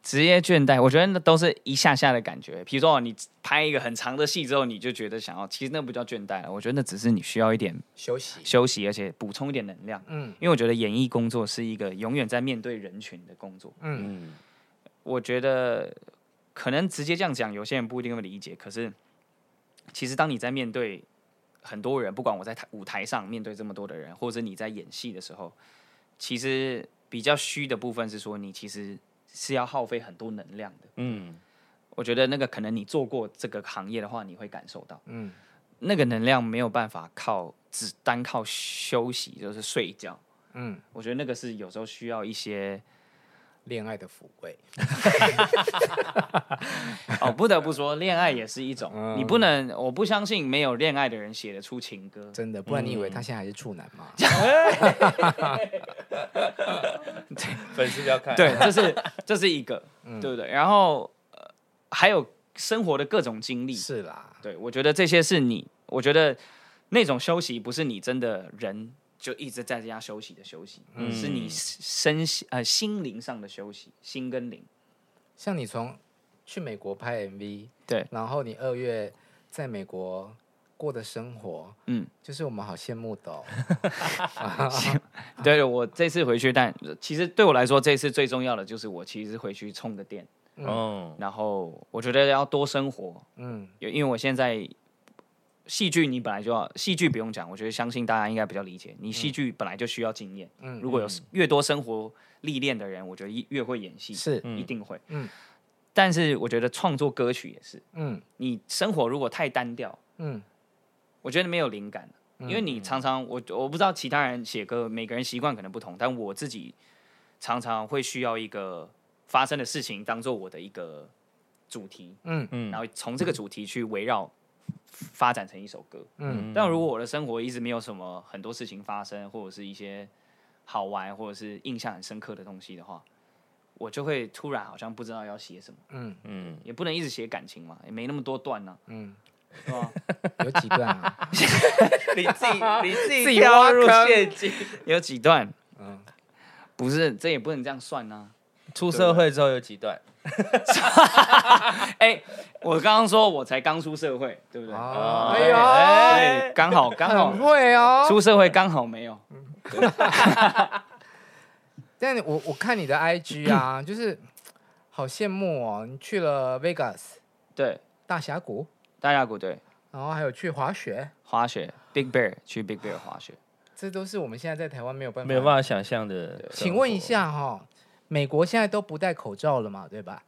S2: 职业倦怠，我觉得那都是一下下的感觉。比如说，哦你拍一个很长的戏之后，你就觉得想要，其实那不叫倦怠了。我觉得那只是你需要一点
S3: 休息，
S2: 休息，而且补充一点能量。
S3: 嗯
S2: 因为我觉得演艺工作是一个永远在面对人群的工作。
S3: 嗯
S5: 嗯，
S2: 我觉得可能直接这样讲，有些人不一定会理解。可是，其实当你在面对很多人，不管我在台舞台上面对这么多的人，或者你在演戏的时候，其实比较虚的部分是说，你其实是要耗费很多能量的。
S5: 嗯，
S2: 我觉得那个可能你做过这个行业的话，你会感受到
S3: 嗯，
S2: 那个能量没有办法靠只单靠休息，就是睡觉。
S3: 嗯，
S2: 我觉得那个是有时候需要一些
S3: 恋爱的抚慰，
S2: 哦，不得不说，恋爱也是一 种，
S3: 嗯
S2: 你不能，我不相信没有恋爱的人写得出情歌。
S3: 真的，不然你以为
S5: 嗯
S3: 他现在还是处男 吗？
S5: 粉丝不要 看，
S2: 对，这是这是一个，
S3: 嗯
S2: 对不对？然后、呃还有生活的各种经历，
S3: 是啦，
S2: 对，我觉得这些是你，我觉得那种休息不是你真的人就一直在家休息的休息，
S3: 嗯
S2: 是你身呃心灵上的休息，心跟灵。
S3: 像你从去美国拍 MV，
S2: 对，
S3: 然后你二月在美国过的生活，
S2: 嗯，
S3: 就是我们好羡慕 的、哦。啊
S2: 对我这次回去，但其实对我来说，这次最重要的就是我其实回去充个电，
S5: 哦，
S2: 然后我觉得要多生活，
S3: 嗯，
S2: 因因为我现在。戏剧你本来就要，戏剧不用讲，我觉得相信大家应该比较理解。你戏剧本来就需要经验，
S3: 嗯
S2: 如果有越多生活历练的人，我觉得越会演戏。
S3: 是，
S2: 一定会。
S3: 嗯
S2: 但是我觉得创作歌曲也是，
S3: 嗯
S2: 你生活如果太单调，
S3: 嗯，
S2: 我觉得没有灵感，因为你常常我我不知道其他人写歌，每个人习惯可能不同，但我自己常常会需要一个发生的事情当做我的一个主题，
S3: 嗯
S5: 嗯
S2: 然后从这个主题去围绕。发展成一首歌，
S3: 嗯
S2: 嗯，但如果我的生活一直没有什么很多事情发生，或者是一些好玩或者是印象很深刻的东西的话，我就会突然好像不知道要写什么。
S5: 嗯，
S2: 也不能一直写感情嘛，也没那么多段啊呢、
S3: 嗯
S2: 是吧？
S3: 有几段啊？
S5: 你自己你自
S3: 自己
S5: 己掉
S3: 挖
S5: 入
S3: 坑
S5: 陷 阱。嗯
S2: 有几段？不是，这也不能这样算啊呐、
S5: 出社会之后有几段？
S2: 哎、我刚刚说我才刚出社会，对不对？
S3: 哦，
S5: 哎呦
S2: 哎，刚好刚
S3: 很
S2: 好
S3: 会哦。
S2: 出社会刚好没有，
S3: 但我我看你的 IG 啊，就是好羡慕哦，你去了 Vegas
S2: 对，
S3: 大峡谷，
S2: 大峡谷对，
S3: 然后还有去滑雪，
S2: 滑雪 Big Bear 去 Big Bear 滑雪，
S3: 这都是我们现在在台湾没有办法。
S5: 没有办法想象的。
S3: 请问一，下哈、美国现在都不戴口罩了嘛，对吧？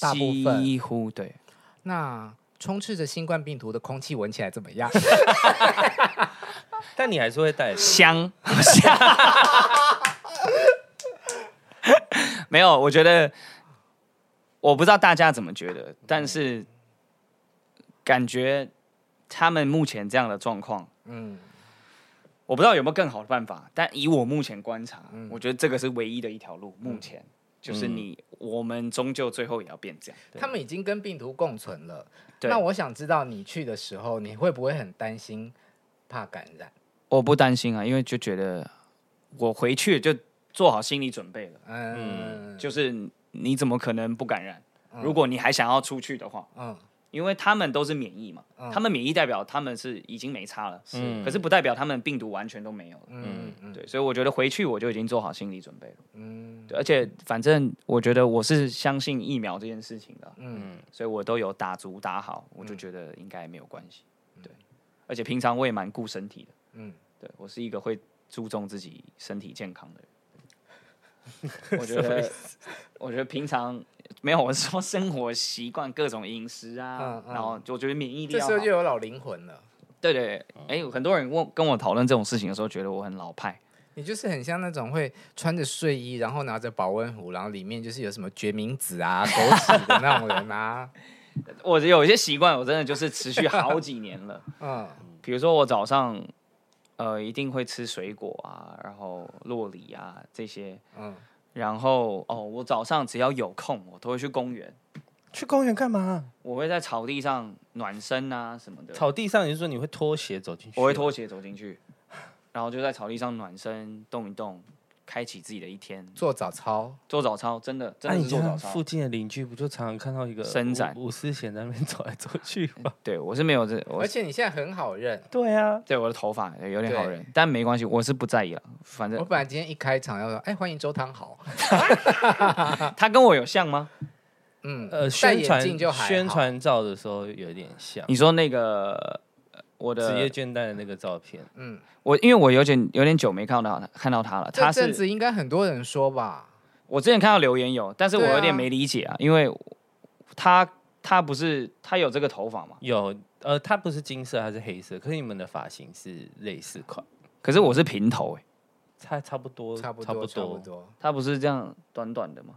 S3: 大部分
S2: 几乎对，
S3: 那充斥着新冠病毒的空气闻起来怎么样？
S5: 但你还是会带着。
S2: 香香， 没有，我觉得我不知道大家怎么觉得，但是感觉他们目前这样的状况，
S3: 嗯，
S2: 我不知道有没有更好的办法，但以我目前观察，我觉得这个是唯一的一条路。目前、就是你，我们终究最后也要变这样。
S3: 他们已经跟病毒共存了。
S2: 对
S3: 那我想知道你去的时候，你会不会很担心怕感染？
S2: 我不担心啊，因为就觉得我回去就做好心理准备了，
S3: 嗯，
S2: 就是你怎么可能不感染？如果你还想要出去的话，
S3: 嗯
S2: 因为他们都是免疫嘛，他们免疫代表他们是已经没差了，
S5: 嗯
S2: 可是不代表他们病毒完全都没有了。
S3: 嗯嗯
S2: 对，所以我觉得回去我就已经做好心理准备了。
S3: 嗯
S2: 对，而且反正我觉得我是相信疫苗这件事情的，啊
S3: 嗯，
S2: 所以我都有打足打好，我就觉得应该没有关系。对，而且平常我也蛮顾身体的。
S3: 嗯
S2: 嗯，对我是一个会注重自己身体健康的 人。我觉得， 我觉得平常没有我是说生活习惯各种饮食啊，
S3: 嗯嗯
S2: 然后就我觉得免疫力
S3: 这
S2: 要
S3: 时嗯
S2: 好
S3: 候就有老灵魂了。
S2: 对对对，哎、很多人问跟我讨论这种事情的时候，觉得我很老派。
S3: 你就是很像那种会穿着睡衣，然后拿着保温壶，然后里面就是有什么决明子啊、枸杞的那种人啊。
S2: 我有一些习惯，我真的就是持续好几年了。
S3: 嗯，
S2: 比如说我早上，呃，一定会吃水果啊，然后洛梨啊这些，
S3: 嗯
S2: 嗯，然后哦，我早上只要有空，我都会去公园，
S5: 去公园干嘛？
S2: 我会在草地上暖身啊什么的，
S5: 草地上，你是说你会拖鞋走进去？
S2: 我会脱鞋走进去，然后就在草地上暖身，动一动，开启自己的一天，
S3: 做早操，
S2: 做早操，真的真
S5: 那
S2: 的
S5: 啊你
S2: 是做
S5: 家
S2: 早操
S5: 附。近的邻居不就常常看到一个
S2: 伸
S5: 伍
S2: 展
S5: 伍思贤在那边走来走去吗？
S2: 对我是没有这，我
S3: 而且你现在很好认。
S5: 对啊，
S2: 对我的头发有点好
S3: 对哦
S2: 人，但没关系，我是不在意了，反
S3: 我
S2: 正
S3: 本来今天一开场要说，哎，欢迎周汤豪。
S2: 他跟我有像吗？
S3: 嗯，
S5: 呃，
S3: 戴
S5: 宣
S3: 眼
S5: 传
S3: 镜就还好
S5: 宣传照的时候有点像
S2: 你说那个呃我
S5: 职业
S2: 的，
S5: 倦怠的那个照片，
S3: 嗯
S2: 我因为我有点有点久没看到他看到他了，
S3: 这
S2: 他
S3: 阵
S2: 是
S3: 子应该很多人说吧？
S2: 我之前看到留言有，但是我
S3: 对啊
S2: 有点没理解啊，因为他他不是他有这个头发嘛，
S5: 有呃，它不是金色，它是黑色，可是你们的发型是类似款，
S2: 可是我是平头哎、
S5: 差差不多，
S3: 差不
S5: 差
S3: 多，差不
S5: 多。
S3: 多。
S2: 他不是这样短短的吗？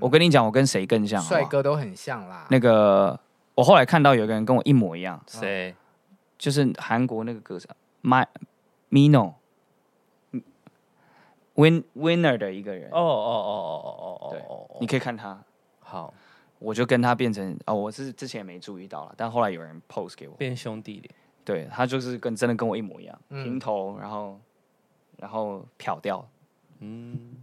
S2: 我跟你讲，我跟谁更像？好不好
S3: 帅哥都很像啦。
S2: 那个，我后来看到有个人跟我一模一样，
S5: 谁？
S2: 就是韩国那个歌手 My Mino Win Winner 的一个
S3: 啊
S2: 人
S5: 哦哦哦哦哦哦哦哦，
S2: 你可以看他，
S5: 好
S2: 我就跟他变成哦，我是之前也没注意到了，但后来有人 post 给我，
S5: 变兄弟脸，
S2: 对他就是跟真的跟我一模一样，
S3: 嗯
S2: 平头，然后然后漂掉。
S5: 嗯，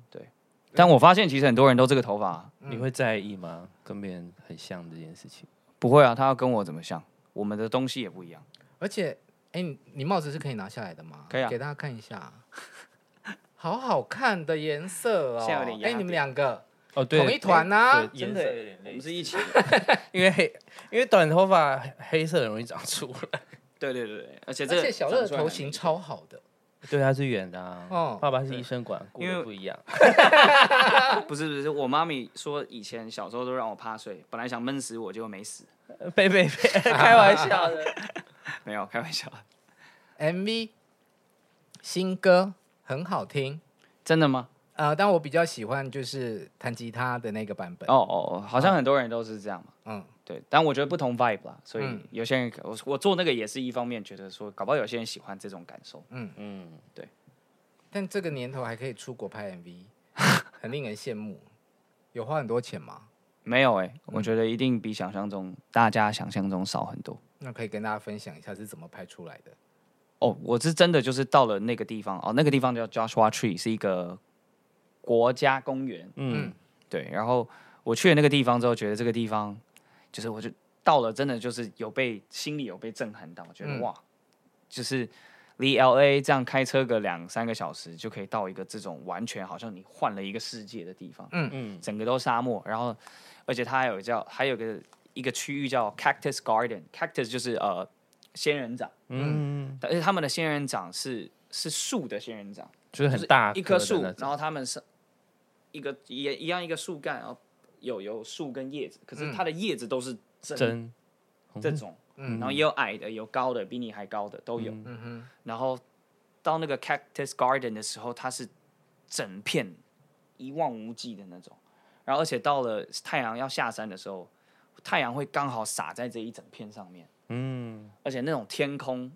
S2: 但我发现其实很多人都这个头发，
S5: 你会在意吗？跟别人很像这件事情，
S2: 不会啊，他要跟我怎么像？我们的东西也不一样。
S3: 而且，哎，你你帽子是可以拿下来的吗？
S2: 可以啊
S3: 给大家看一下。 好好看的颜色哦！
S2: 现在有点压
S3: 哎，你们
S2: 扁
S3: 两个
S5: 哦，对，
S3: 同一团啊呐、
S5: 对颜色有点类似，
S2: 是一起。
S5: 因为黑，因为短头发黑色很容易长出来。
S2: 对对对对，而且这
S3: 而
S2: 个
S3: 且小乐
S2: 长
S3: 的
S2: 出来
S3: 头
S2: 很
S3: 型
S2: 明
S3: 超好的，
S5: 对，它是圆的、啊。
S3: 哦
S5: 爸爸是医生管，顾
S2: 因
S5: 的
S2: 为
S5: 不一样。
S2: 不是不是，我妈咪说以前小时候都让我趴睡，本来想闷死我，结果没死，
S5: 呸呸呸，开玩笑的。
S2: 没有开玩笑，
S3: MV 新歌很好听，
S2: 真的吗？
S3: 呃，但我比较喜欢就是弹吉他的那个版本。
S2: 哦哦，哦，好像很多人都是这样嘛，
S3: 嗯，
S2: 对，但我觉得不同 vibe 啦，所以
S3: 嗯
S2: 有些人我我做那个也是一方面觉得说，搞不好有些人喜欢这种感受，
S5: 嗯，
S3: 但这个年头还可以出国 拍 MV，很令人羡慕。有花很多钱吗？
S2: 没有哎、我觉得一定比想象中大家想象中少很多。
S3: 那可以跟大家分享一下是怎么拍出来的。
S2: 哦，我是真的就是到了那个地方哦，那个地方叫 Joshua Tree，是一个国家公园。
S5: 嗯，
S2: 对，然后我去了那个地方之后，觉得这个地方就是我就到了，真的就是有被心里有被震撼到，觉得、
S3: 嗯
S2: 哇，就是离 L A 这样开车个两三个小时就可以到一个这种完全好像你换了一个世界的地方，
S3: 嗯
S5: 嗯
S2: 整个都沙漠，然后而且它还有叫还有个一个区域叫 Cactus Garden，Cactus 就是呃仙人掌，
S5: 嗯，
S2: 而且他们的仙人掌是是树的仙人掌。
S5: 就是
S2: 就
S5: 很
S2: 是
S5: 大
S2: 一
S5: 棵
S2: 棵
S5: 的
S2: 树
S5: 那，种
S2: 然后他们是一个一一样一个树干，然后有有树跟叶子，可是它的叶子都是真
S5: 针
S2: 这种，然后也有矮的，有高的，比你还高的都有。
S3: 嗯哼，
S2: 然后到那个 Cactus Garden 的时候，它是整片一望无际的那种，然后而且到了太阳要下山的时候，太阳会刚好洒在这一整片上面，
S5: 嗯，
S2: 而且那种天空。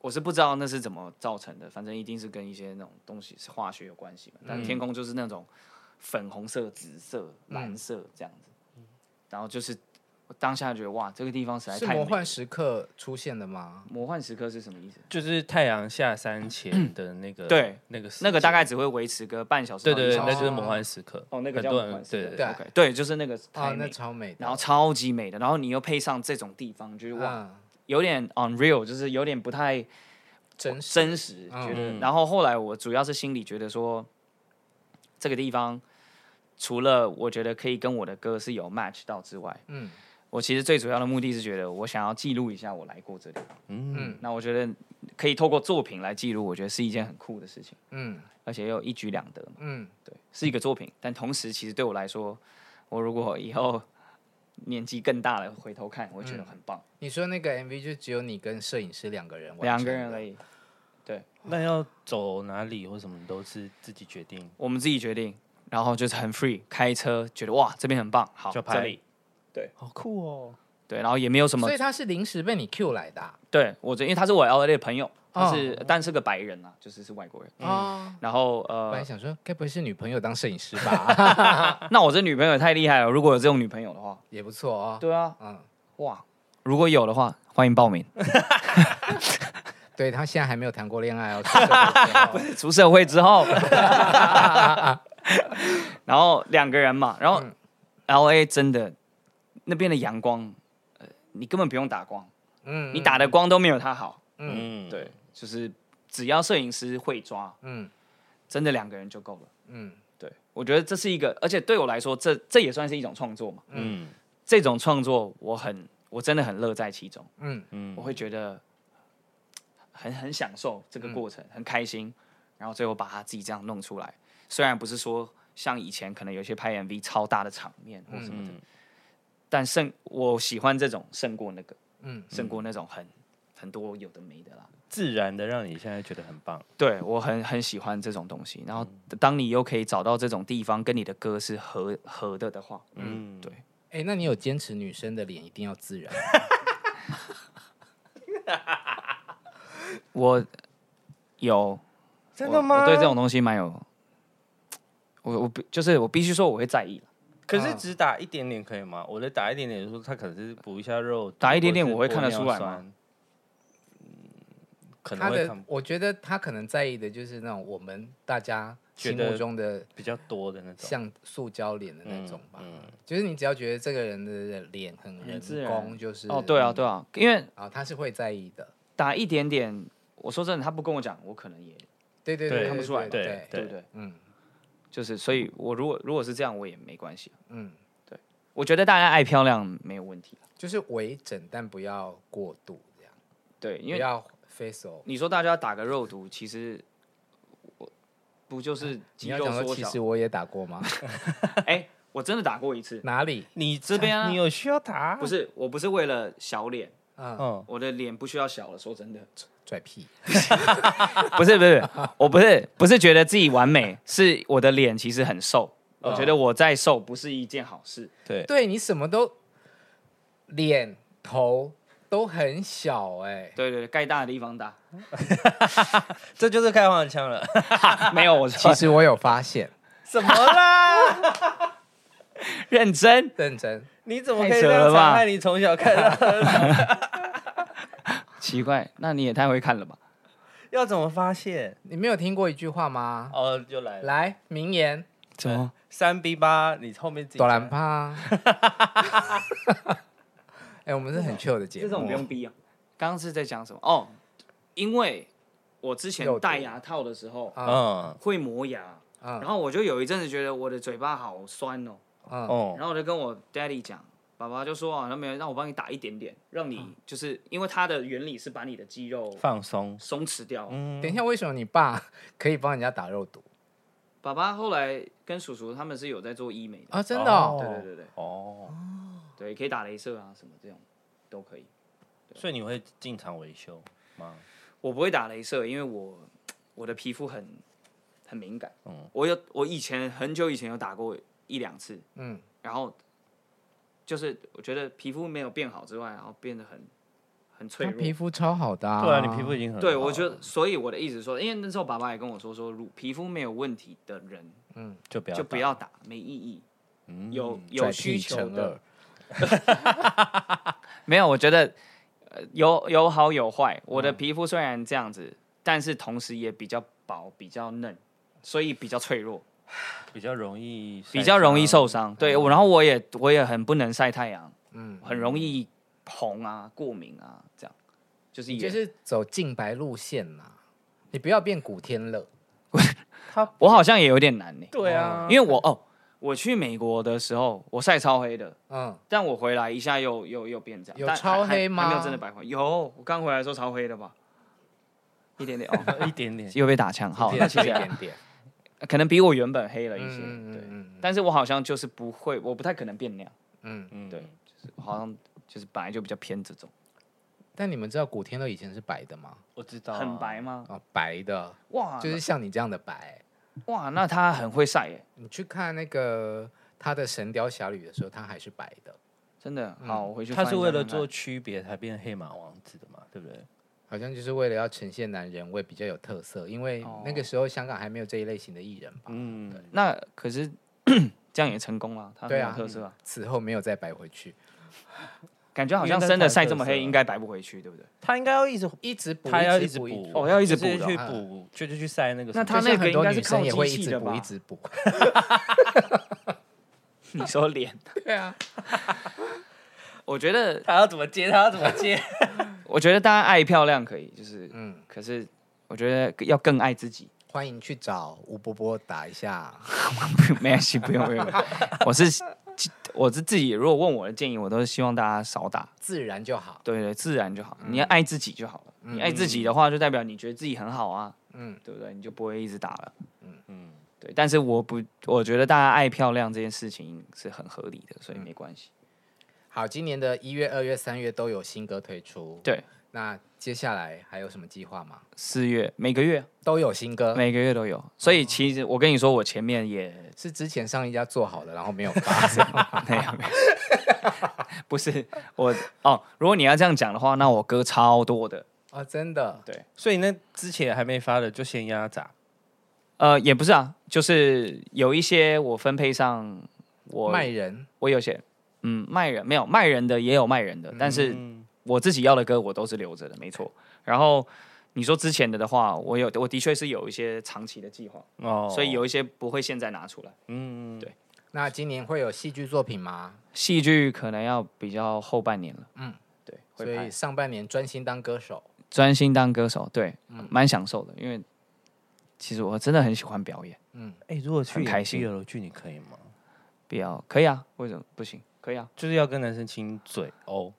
S2: 我是不知道那是怎么造成的，反正一定是跟一些那种东西是化学有关系嘛。
S3: 嗯
S2: 但天空就是那种粉红色、紫色、蓝色这样子，
S3: 嗯
S2: 然后就是我当下觉得哇，这个地方实在
S3: 是
S2: 太美
S3: 魔
S2: 了
S3: 幻时刻出现的吗？
S2: 魔幻时刻是什么意思？
S5: 就是太阳下山前的那个
S2: 对
S5: 那个时
S2: 那个大
S5: 间
S2: 概只会维持个半小时
S5: 对
S2: 到一
S5: 对
S2: 小时。
S5: 对，那就是
S3: 哦
S5: 魔幻时刻。
S2: 哦，那个
S5: 很
S2: 叫
S5: 多
S2: 魔
S5: 人
S2: 幻时刻
S5: 对
S3: 对
S2: OK，对，就是那个太，
S3: 啊
S2: 美，
S3: 那超美的。
S2: 然后超级美的，然后你又配上这种地方，就是哇，
S5: 啊
S3: 嗯，
S2: 有点 unreal，就是有点不太
S3: 真实。
S2: 真实，
S3: 嗯
S2: 觉得。
S5: 嗯
S2: 然后后来我主要是心里觉得说，这个地方除了我觉得可以跟我的歌是有 match 到之外，
S3: 嗯
S2: 我其实最主要的目的是觉得我想要记录一下我来过这里。
S5: 嗯，
S2: 那我觉得可以透过作品来记录，我觉得是一件很酷的事情，
S3: 嗯
S2: 而且又一举两得嘛。
S3: 嗯，
S2: 对，是一个作品，但同时其实对我来说，我如果以后 年纪更大了回头看，我会
S5: 嗯
S2: 觉得很棒，
S3: 你说那个 MV 就只有你跟摄影师两个人完
S2: 两
S3: 成的，
S2: 个人而已，
S5: 那要走哪里或什么都是自己决定，
S2: 我们自己决定，然后就是很 free，开车觉得哇这边很棒，好
S5: 就
S2: 这
S5: 拍
S2: 里，
S5: 好酷哦！
S2: 对，然后也没有什么
S3: 所以他是临时被你 Q 来的啊、
S2: 对我这，因为他是我 LA 的朋友，他
S3: 哦
S2: 是、但是个白人啊，就是是外国人。
S5: 嗯
S3: 哦。
S2: 然后
S3: 本来
S2: 呃，
S3: 想说，该不会是女朋友当摄影师 吧？
S2: 那我这女朋友也太厉害了，如果有这种女朋友的话，
S3: 也不错哦。
S2: 对啊，
S3: 嗯，
S2: 哇，如果有的话，欢迎报名。
S3: 对他现在还没有谈过恋爱哦。 是这个时候
S2: 出社会之 后，然后两个人嘛，然
S3: 嗯
S2: 后 LA 真的那边的阳光，呃，你根本不用打光，
S3: 嗯
S2: 你打的光都没有他好。
S3: 嗯
S5: 嗯，
S2: 对，就是只要摄影师会抓，
S3: 嗯
S2: 真的两个人就够了。
S3: 嗯
S2: 对，我觉得这是一个，而且对我来说，这这也算是一种创作嘛。
S5: 嗯
S2: 这种创作，我很，我真的很乐在其中，
S3: 嗯
S5: 嗯，
S2: 我会觉得很很享受这个过程，很开心，然后最后把它自己这样弄出来。虽然不是说像以前可能有一些拍 MV 超大的场面或什么的，
S5: 嗯
S2: 但胜我喜欢这种胜过那个，
S3: 嗯
S2: 胜过那种很很多有的没的啦。
S5: 自然的让你现在觉得很棒，
S2: 对我很很喜欢这种东西。然后，当你又可以找到这种地方跟你的歌是合合的的话，
S5: 嗯，
S2: 对
S3: 哎、那你有坚持女生的脸一定要 自然吗？
S2: 我有
S5: 真
S2: 我我对这种东西蛮有，我我必就是我必须说我会在意啦
S5: 可
S2: 嗯
S5: 是只打一点点可以吗？我的打一点点的时候，他可能是补一下肉，
S2: 打一点点
S5: 或是
S2: 我会看得出来吗
S5: 玻尿酸？嗯，可
S3: 他
S5: 能会
S3: 的
S5: 看，
S3: 我觉得他可能在意的就是那种我们大家心
S5: 觉
S3: 目
S5: 得
S3: 中的
S5: 比较多的那种，
S3: 像塑胶脸的那种吧。
S5: 嗯
S3: 就是你只要觉得这个人的脸很人
S2: 自
S3: 工，
S2: 然
S3: 就是
S2: 哦，对啊，对啊，因为
S3: 啊，他是会在意的。
S2: 打一点点，我说真的，他不跟我讲，我可能也
S3: 对对
S5: 对
S3: 对，
S5: 看
S2: 不出来嘛
S3: 对
S5: 对
S2: 对不对？
S3: 嗯
S2: 就是，所以我如果如果是这样，我也没关系。啊
S3: 嗯，
S2: 我觉得大家爱漂亮没有问题啊啦
S3: 就是微整，但不要过度这样，
S2: 对，因
S3: 不
S2: 为
S3: 要 facial。
S2: 你说大家打个肉毒，其实我不就是
S3: 哎你
S2: 肌
S3: 要
S2: 肉
S3: 讲说，
S2: 缩
S3: 其
S2: 小
S3: 实？我也打 过吗？
S2: 哎、我真的打过一次，
S3: 哪里？
S5: 你
S2: 这边啊
S5: 你有需要打？
S2: 不，是，我不是为了小脸，
S3: 嗯，
S5: 嗯，
S2: 我的脸不需要小了。说真 的，
S3: 拽屁。
S2: 不是不是，我不是不是觉得自己完美，是我的脸其实很瘦。我
S3: 哦
S2: 觉得我再瘦不是一件好事，
S5: 对，
S3: 对你什么都，脸头都很小哎、
S2: 对对对，该大的地方大。
S5: 这就是开黄腔了，
S2: 没有，我说
S3: 其实我有发现，
S5: 怎么啦？
S2: 认真。
S3: 认真。
S5: 你怎么
S2: 太
S5: 可以
S2: 扯
S5: 这样
S2: 了吧
S5: 残害你从小看到？
S2: 奇怪，那你也太会看了吧？
S5: 要怎么发现？
S3: 你没有听过一句话吗？
S5: 哦，又来了，
S3: 来，名言，
S2: 怎么？
S5: 三 B 八，你后面自己
S3: 朵
S5: 加
S3: 兰趴。 哎、我们是很 chill 的节目，哦
S2: 这种不用逼啊。刚刚是在讲什么？哦，因为我之前
S3: 肉毒
S2: 戴牙套的时候
S3: 啊
S5: 嗯
S2: 会磨牙，
S3: 嗯
S2: 然后我就有一阵子觉得我的嘴巴好酸哦，
S3: 嗯
S5: 哦
S2: 然后我就跟我 daddy 讲，爸爸就说啊，那没有让我帮你打一点点，让你就是因为它的原理是把你的肌肉
S5: 放松，
S2: 松弛掉。哦
S5: 嗯
S3: 等一下，为什么你爸可以帮人家打肉毒
S2: 爸爸后来跟叔叔他们是有在做医美的，
S3: 啊？真的、哦？
S2: 对对对对
S5: 哦，
S2: 对，可以打镭射啊什么这种都可以。
S5: 所以你会进场维修吗？
S2: 我不会打镭射，因为我我的皮肤很很敏感。
S5: 嗯
S2: 我有我以前很久以前有打过一两次，
S3: 嗯，
S2: 然后就是我觉得皮肤没有变好之外，然后变得很很脆
S3: 他
S2: 弱。
S3: 皮肤超好的、啊，
S5: 对啊，你皮肤已经很
S2: 对，
S5: 好
S2: 我觉
S5: 了
S2: 得，所以我的意思是说，因为那时候爸爸也跟我说，说如皮肤没有问题的人
S5: 就不要
S2: 就不要打，没意义。
S5: 嗯
S2: 有
S3: 嗯
S2: 有
S3: 拽屁
S2: 需求
S3: 乘
S2: 的
S3: 二，
S2: 没有，我觉得、呃、有有好有坏。我
S3: 嗯
S2: 的皮肤虽然这样子，但是同时也比较薄、比较嫩，所以比较脆弱。
S5: 比较容易
S2: 比较容易
S5: 晒伤
S2: 受伤。对，我然后我也我也很不能晒太阳，
S3: 嗯，
S2: 很容易红啊、过敏啊，这样就是
S3: 你
S2: 也
S3: 就是走净白路线啦、你不要变古天乐，
S2: 我好像也有点难呢、
S5: 对啊，
S2: 因为我哦，我去美国的时候我晒超黑的，
S3: 嗯，
S2: 但我回来一下又又又变这样，
S3: 有
S2: 但还
S3: 超黑
S2: 还
S3: 吗
S2: 还没有真的白化，有，我刚回来的时候超黑的吧，一点点哦，
S5: 一点点，
S2: 又被打枪，好，那啊
S3: 一
S2: 其实
S3: 点点，
S2: 可能比我原本黑了一些，
S3: 嗯嗯
S2: 对，
S3: 嗯
S2: 但是我好像就是不会，我不太可能变那样，
S3: 嗯，
S5: 嗯，
S2: 对，好像就是本来就比较偏这种，
S3: 但你们知道古天乐以前是白的吗？
S5: 我知道、
S2: 很白，吗？
S3: 哦，白的，
S2: 哇，
S3: 就是像你这样的白。
S2: 哇，那他很会晒耶，
S3: 你去看那个他的《神雕侠侣》的时候，他还是白的，
S2: 真的。
S3: 嗯
S2: 好，我回去
S5: 他
S2: 翻一下看看。
S5: 是为了做区别才变黑马王子的嘛，对不对？
S3: 好像就是为了要呈现男人味比较有特色，因为那
S2: 哦
S3: 个时候香港还没有这一类型的艺人吧。
S5: 嗯，
S2: 那可是 这样也成功了，他很
S3: 对
S2: 有
S3: 啊
S2: 特色啊。
S3: 此后没有再白回去，
S2: 感觉好
S5: 因为
S2: 像
S5: 那
S2: 真的
S5: 太有
S2: 晒
S5: 特
S2: 这么
S5: 色
S2: 黑，
S5: 了
S2: 应该白不回去，对不对？
S5: 他应该要一直，
S3: 一直补，
S5: 他要
S3: 一
S5: 直
S3: 补，一直
S5: 补，
S2: 哦要一直
S5: 就是
S2: 补的
S5: 去
S3: 啊
S5: 补，就就去晒那个什
S2: 那
S5: 么。
S2: 他
S3: 就
S2: 那
S3: 像
S2: 个
S3: 很
S2: 应
S3: 多
S2: 该是
S3: 女生
S2: 靠
S3: 也会
S2: 机器
S3: 一直
S2: 的
S3: 补，
S2: 吧
S3: 一直补。
S2: 你说脸，
S3: 对啊，
S2: 我觉得，
S5: 他要怎么接？他要怎么接？
S2: 我觉得大家爱漂亮可以，就是，
S3: 嗯，
S2: 可是我觉得要更爱自己。
S3: 欢迎去找吴波波打一下。
S2: 没关系，不用不用，不 用我是我是自己，如果问我的建议，我都是希望大家少打，
S3: 自然就好。
S2: 对对，自然就好。你要爱自己就好了，你爱自己的话，就代表你觉得自己很好啊，
S3: 嗯
S2: 嗯，对不对？你就不会一直打了，
S5: 嗯，
S2: 对。但是我不，我觉得大家爱漂亮这件事情是很合理的，所以没关系。
S3: 好，今年的一月、二月、三月都有新歌推出。
S2: 对，
S3: 那接下来还有什么计划吗？
S2: 四月每个月
S3: 都有新歌，
S2: 每个月都有，所以其实我跟你说，我前面也
S3: 是之前上一家做好的，然后没有发 这样吗。
S2: 没有没有，不是我哦。如果你要这样讲的话，那我歌超多的，
S3: 哦，真的，
S2: 对，
S5: 所以那之前还没发的就先压榨。
S2: 呃，也不是啊，就是有一些我分配上我
S3: 卖人
S2: 我有些嗯卖人没有卖人的也有卖人的，但是我自己要的歌我都是留着的，没错。然后你说之前的的话，我有我的确是有一些长期的计划，
S5: 哦，
S2: 所以有一些不会现在拿出来。
S5: 嗯，
S2: 对
S3: 那今年会有戏剧作品吗？
S2: 戏剧可能要比较后半年了，嗯，对，
S3: 所
S2: 会
S3: 以
S2: 拍
S3: 上半年专心当歌手，
S2: 专心当歌手，对，蛮享受的，因为其实我真的很喜欢表演。
S5: 哎，如果去
S2: 很开
S5: 演
S2: 心
S5: BL 剧，你可以吗？
S2: 必要可以啊，为什么不行？可以啊，
S5: 就是要跟男生亲嘴哦。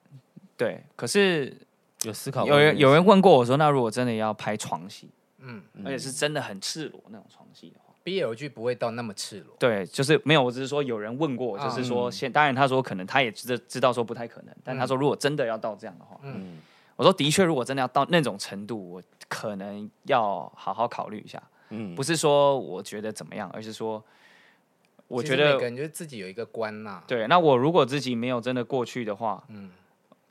S2: 对。可是
S5: 有思考过
S2: 有
S5: 这件
S2: 人
S5: 事，
S2: 有人问过我说，那如果真的要拍床戏，
S3: 嗯
S2: 而且是真的很赤裸那种床戏的话，
S3: ，BL 剧不会到那么赤裸。
S2: 对，就是没有。我只是说有人问过我，就是
S3: 嗯
S2: 说现当然他说可能他也知知道说不太可能，但他说如果真的要到这样的话，
S5: 嗯
S2: 我说的确，如果真的要到那种程度，我可能要好好考虑一下。
S5: 嗯
S2: 不是说我觉得怎么样，而是说我
S3: 其
S2: 觉
S3: 实每
S2: 得
S3: 个人就是自己有一个关呐、
S2: 对，那我如果自己没有真的过去的话，嗯，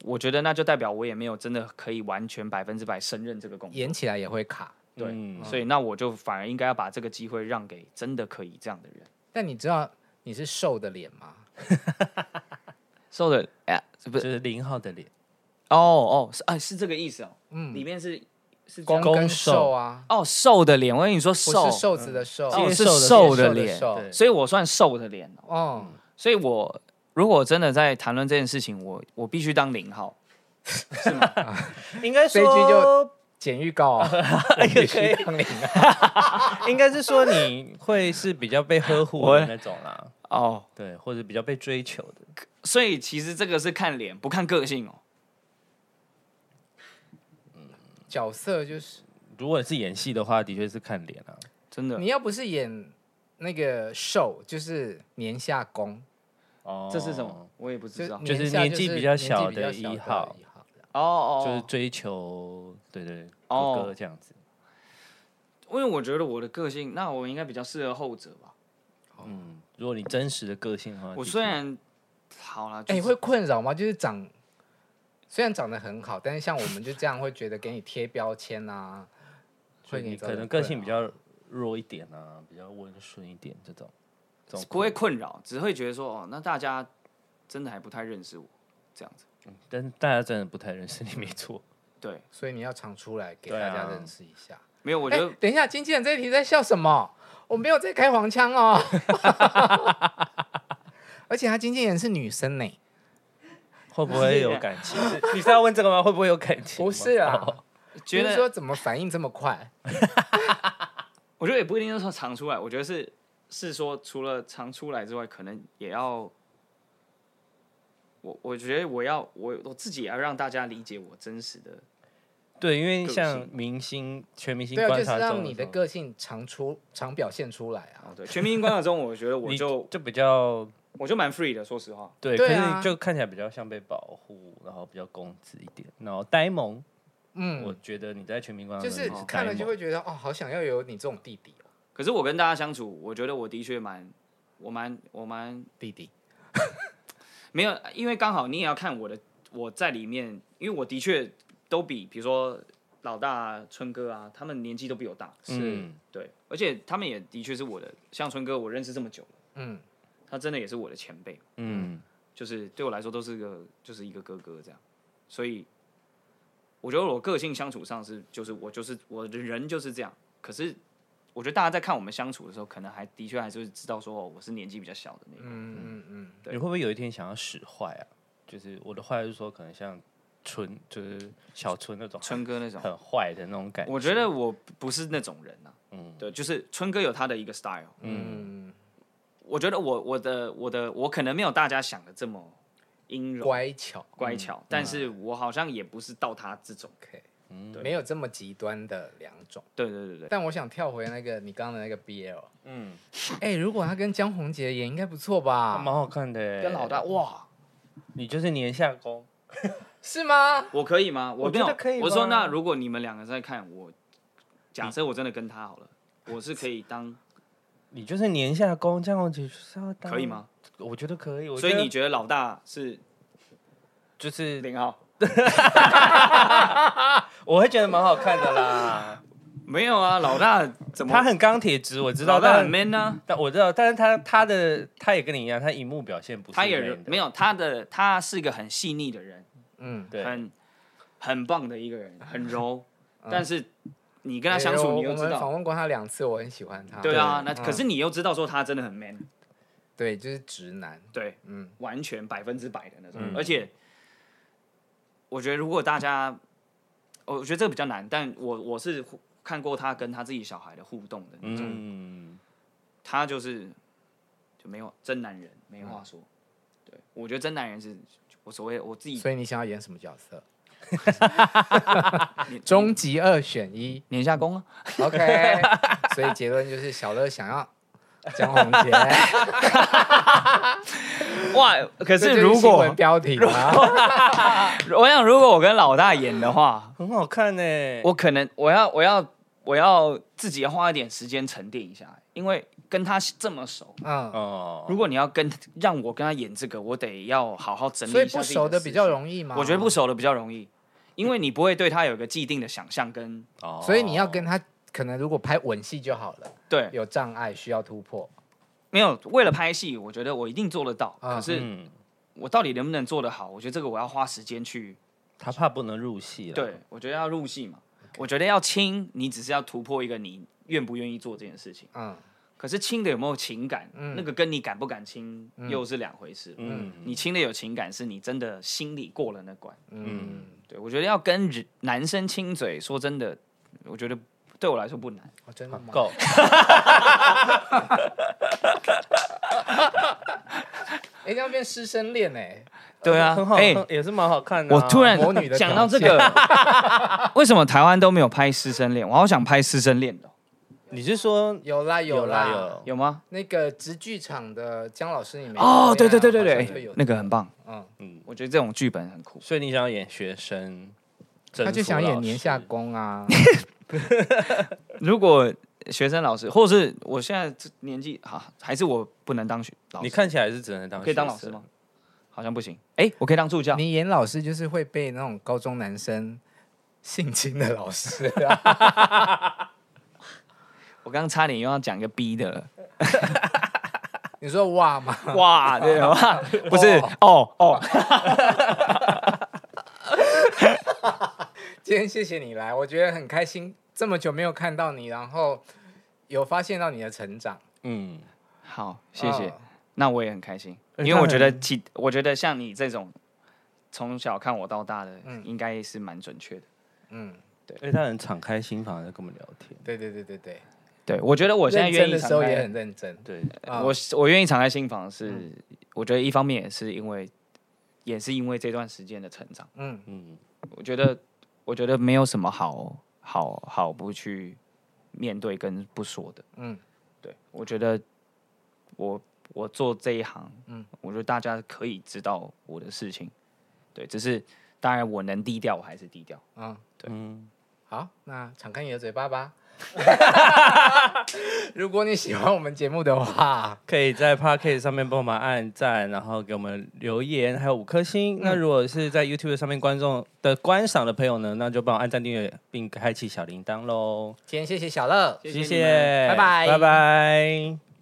S2: 我觉得那就代表我也没有真的可以完全百分之百胜任这个工作，
S3: 演起来也会卡。
S2: 对，
S5: 嗯
S2: 所以那我就反而应该要把这个机会让给真的可以这样的人。
S3: 但你知道你是瘦的脸吗？
S2: 瘦的，哎、是不？
S5: 就是是零号的脸，
S2: 哦哦，是啊，是这个意思哦。
S3: 嗯
S2: 里面是是这
S3: 攻
S2: 样
S3: 跟
S5: 攻
S3: 受
S5: 受
S3: 啊，
S2: 哦，瘦的脸，我跟你说
S3: 不
S2: 瘦，
S3: 是瘦子的瘦，
S5: 接
S2: 哦是
S5: 受的
S2: 瘦
S3: 的
S2: 的脸，
S3: 瘦
S5: 对
S2: 所以我算瘦的脸哦。
S3: 哦，
S2: 所以我如果真的在谈论这件事情，我我必须当零号。
S5: 应该
S3: 这一句就剪预告 啊，
S2: 哎
S3: 我必须当领啊
S5: 应该是说你会是比较被呵护的
S2: 我
S5: 那种 啦，
S2: 哦，
S5: 对，或者比较被追求的。
S2: 所以其实这个是看脸，不看个性哦。
S3: 角色就是
S5: 如果是演戏的话，的确是看脸啊。
S2: 真的
S3: 你，要不是演那个瘦，就是年下攻，
S5: 哦
S2: 这是什么？？我也不知道。
S5: 就是
S3: 年下
S5: 年纪比较小的
S3: 年纪比较
S5: 一号
S3: 一号
S2: 哦哦，
S5: 就是
S2: 哦
S5: 追求，对对，
S2: 哦
S5: 哥哥这样子。
S2: 因为我觉得我的个性，那我应该比较适合后者吧。
S5: 嗯，如果你真实的个性的话，
S2: 我
S5: 的
S2: 虽
S5: 确
S2: 然好了，
S3: 哎、
S2: 就是
S3: 会困扰吗？就是长，虽然长得很好，但是像我们就这样会觉得给你贴标签啊，
S5: 所
S3: 会
S5: 以
S3: 给
S5: 你
S3: 造
S5: 可
S3: 成
S5: 能
S3: 困
S5: 个性比
S3: 扰
S2: 啊
S5: 较弱一点啊，比较温顺一点这种，这种
S2: 不会
S5: 困
S2: 困扰，只会觉得说哦，那大家真的还不太认识我，这样子。
S5: 扰，但是大家真的不太认识你，没错。
S2: 对，
S3: 所以你要常出来给大
S5: 对啊
S3: 家认识一下。
S2: 没有，我
S3: 我
S2: 觉得、
S3: 等一下，经纪人这一题在笑什么？我没有在开黄腔 哦。而且他经纪人是女生呢，
S5: 会不会有感情？你是要问这个吗？会不会有感情吗？
S3: 不是啊
S5: 哦，
S2: 觉
S3: 就是
S2: 得
S3: 说怎么反应这么快？
S2: 我觉得也不一定是说常出来，我觉得是是说除了常出来之外，可能也要我我觉得我要我我自己也要让大家理解我真实的。
S5: 对，因为
S2: 个
S5: 像
S2: 性
S5: 明星、全明星
S3: 对啊，就
S5: 观
S3: 是
S5: 察中
S3: 让你的
S5: 时候
S3: 个性常出常表现出来啊。
S2: 对，全民观察中，我觉得我
S5: 你
S2: 就
S5: 就比较
S2: 我就蛮 free 的，说实话。
S5: 对，
S3: 对
S5: 可
S3: 啊
S5: 是就看起来比较像被保护，然后比较公子一点，然后呆萌。我
S3: 嗯，
S5: 觉得你在全民观
S2: 嗯
S5: 察
S3: 就
S5: 中
S3: 是
S5: 你是
S3: 看
S5: 呆
S3: 了就
S5: 萌
S3: 会觉得哦，好想要有你这种弟弟哦，
S2: 可是我跟大家相处，我觉得我的确蛮，我蛮我蛮
S3: 弟弟。
S2: 没有，因为刚好你也要看我的我在里面，因为我的确都比比如说老大啊春哥啊，他们年纪都比我大，
S5: 嗯，
S2: 对，而且他们也的确是我的，像春哥我认识这么久了，
S3: 嗯，
S2: 他真的也是我的前辈，
S5: 嗯，
S2: 就是对我来说都是个就是一个哥哥这样，所以我觉得我个性相处上是就是我就是我的人就是这样，可是我觉得大家在看我们相处的时候，可能还的确还是会知道说、哦、我是年纪比较小的那个，
S3: 嗯
S5: 你会不会有一天想要使坏啊？就是我的坏是说，可能像春，就是小春那种
S2: 春哥那种。
S5: 很坏的那种感觉。
S2: 我觉得我不是那种人呐、嗯，对，就是春哥有他的一个 style，嗯，我觉得我我的我的我可能没有大家想的这么阴柔
S3: 嗯乖巧
S2: 乖巧，但是我好像也不是到他这种，
S3: ，OK，
S2: 嗯
S3: 没有这么极端的两种。
S2: 对对对对，
S3: 但我想跳回那个你刚刚的那个 BL，嗯，哎、如果他跟江宏杰演，应该不错
S2: 啊
S3: 吧？
S5: 蛮好看的欸，
S2: 跟老大哇，
S5: 你就是年下攻，
S3: 是吗？
S2: 我可以吗？
S5: 我
S2: 没
S5: 觉
S2: 有
S5: 得可以，
S2: 我说
S5: 吧
S2: 那如果你们两个在看我，假设我真的跟他好了，
S5: 嗯
S2: 我是可以当
S5: 你就是年下攻，这样我就是要当
S2: 可以吗？？
S5: 我觉得可以，我
S2: 所以
S5: 觉得
S2: 你觉得老大是
S5: 就是
S2: 零号？
S5: 我会觉得蛮好看的 啦。
S2: 没有啊，老大怎么
S5: 他很钢铁直，我知道，
S2: 老大
S5: 但
S2: 很 man 啊呢、
S5: 但我知道，但是他他的他也跟你一样，他荧幕表现不是
S2: 他也
S5: man 的
S2: 没有他的，他是一个很细腻的人，
S3: 嗯，
S5: 对，
S2: 很很棒的一个人，很 柔。
S5: 嗯
S2: 但是你跟
S3: 跟
S2: 他相
S5: 哎
S2: 处，你又
S3: 哎我
S2: 知
S3: 们
S2: 道，
S3: 访问过他两次，我很喜欢他。
S2: 对啊，那
S3: 对
S5: 嗯
S2: 可是你又知道说他真的很 man，
S3: 对，就是直男。
S2: 对，
S3: 嗯
S2: 完全百分之百的那种。
S5: 嗯
S2: 而且我觉得如果大家，哦我觉得这个比较难，但我我是互看过他跟他自己小孩的互动的，
S5: 嗯，
S2: 他就是就没有真男人，没话说。对，我觉得真男人是我所谓我自己
S3: 所以你想要演什么角色？终极二选一
S2: 年下攻啊。
S3: ，OK。所以结论就是小乐想要江宏 杰，
S2: 哇！可
S3: 这就是
S2: 如
S3: 新
S2: 果
S3: 闻标题啊，
S2: 我想，如果我跟老大演的话，
S5: 很好看呢、
S2: 我可能我要我要我要自己花一点时间沉淀一下，因为跟他这么熟，
S3: 嗯，
S5: 哦，
S2: 如果你要跟让我跟他演这个，我得要好好整理一下
S3: 所以
S2: 自己
S3: 不
S2: 的
S3: 熟的比较
S2: 思绪
S3: 容易嘛。
S2: 我觉得不，熟的比较容易，因为你不会对他有一个既定的想象跟
S5: 哦
S3: 所以你要跟他可能如果拍吻戏就好了，
S2: 对，
S3: 有障碍需要突破。
S2: 没有为了拍戏，我觉得我一定做得到，
S3: 啊
S2: 可是
S5: 嗯，
S2: 我到底能不能做得好，我觉得这个我要花时间去，
S5: 他怕不能入戏了。
S2: 对我觉得要入戏嘛，我觉得要亲，你只是要突破一个你愿不愿意做这件事情。
S3: 嗯，
S2: 可是亲的有没有情感，那个跟你敢不敢亲又是两回事。
S5: 嗯
S2: 你亲的有情感，是你真的心里过了那关。
S5: 嗯，
S2: 对我觉得要跟人男生亲嘴，说真的，我觉得对我来说不难。
S3: 哦，真的吗？
S5: 够。
S3: 哎，这样变师生恋哎，
S2: 对啊
S5: 很好，，
S2: 哎、
S5: 也是蛮好看的啊、
S2: 我突然
S3: 魔女的
S2: 讲到这
S3: 条
S2: 个， 为什么台湾都没有拍师生恋？我好想拍师生恋哦的，
S5: 你是说
S3: 有啦有啦
S5: 有啦有
S2: 有吗？
S3: 那个直剧场的姜老师，你没啊
S2: 哦，对对对对
S3: 好像就有
S2: 对，那个很棒。
S3: 嗯，
S2: 我觉得这种剧本很酷。
S5: 所以你想要演学生，
S3: 他就
S5: 征服
S3: 想
S5: 老
S3: 演
S5: 师
S3: 年下攻啊，
S2: 如果学生老师，或者是我现在这年纪哈、还是我不能当学老师。
S5: 你看起来是只能当
S2: 可以当
S5: 学
S2: 老师
S5: 生
S2: 吗？？好像不行。哎、我可以当助教。
S3: 你演老师就是会被那种高中男生性侵的老师啊，
S2: 我刚刚差点又要讲一个 B 的了。
S3: 你说哇吗？
S2: 哇，对哇，不是哦哦，
S3: 今天谢谢你来，我觉得很开心，这么久没有看到你，然后有发现到你的成长，
S5: 嗯，
S2: 好，谢谢。
S3: 嗯
S2: 那我也很开心，
S3: 哎
S5: 而且
S2: 因为我觉
S5: 他
S2: 得
S5: 很
S2: 其，我觉得像你这种从小看我到大的，
S3: 嗯
S2: 应该是蛮准确的。
S3: 嗯，
S5: 而且他很敞开心房在跟我们聊天。
S3: 对对对对对，
S2: 对，我觉得我现在愿
S3: 认真的
S2: 意
S3: 时
S2: 敞
S3: 候也
S2: 开，
S3: 很认真，
S5: 对，
S3: 啊嗯
S2: 我我愿意敞开心房是，我觉得一方面也是因为，也是因为这段时间的成长。
S3: 嗯，
S5: 嗯，
S2: 我觉得，我觉得没有什么好好好不去面对跟不说的。
S3: 嗯
S2: 嗯，对，我觉得我我做这一行，嗯，我觉得大家可以知道我的事情，对，只是当然我能低调，我还是低调。
S3: 好，那敞开你的嘴巴 吧。 如果你喜欢我们节目的话，
S5: 可以在 p o c k e t 上面帮我们按赞，然后给我们留言，还有五颗星。那如果是在 YouTube 上面观众的观赏的朋友呢，那就帮我按赞、订阅并开启小铃铛喽。
S3: 今天谢谢小乐，
S2: 谢谢你们
S5: 谢，
S3: 拜拜
S5: 拜拜。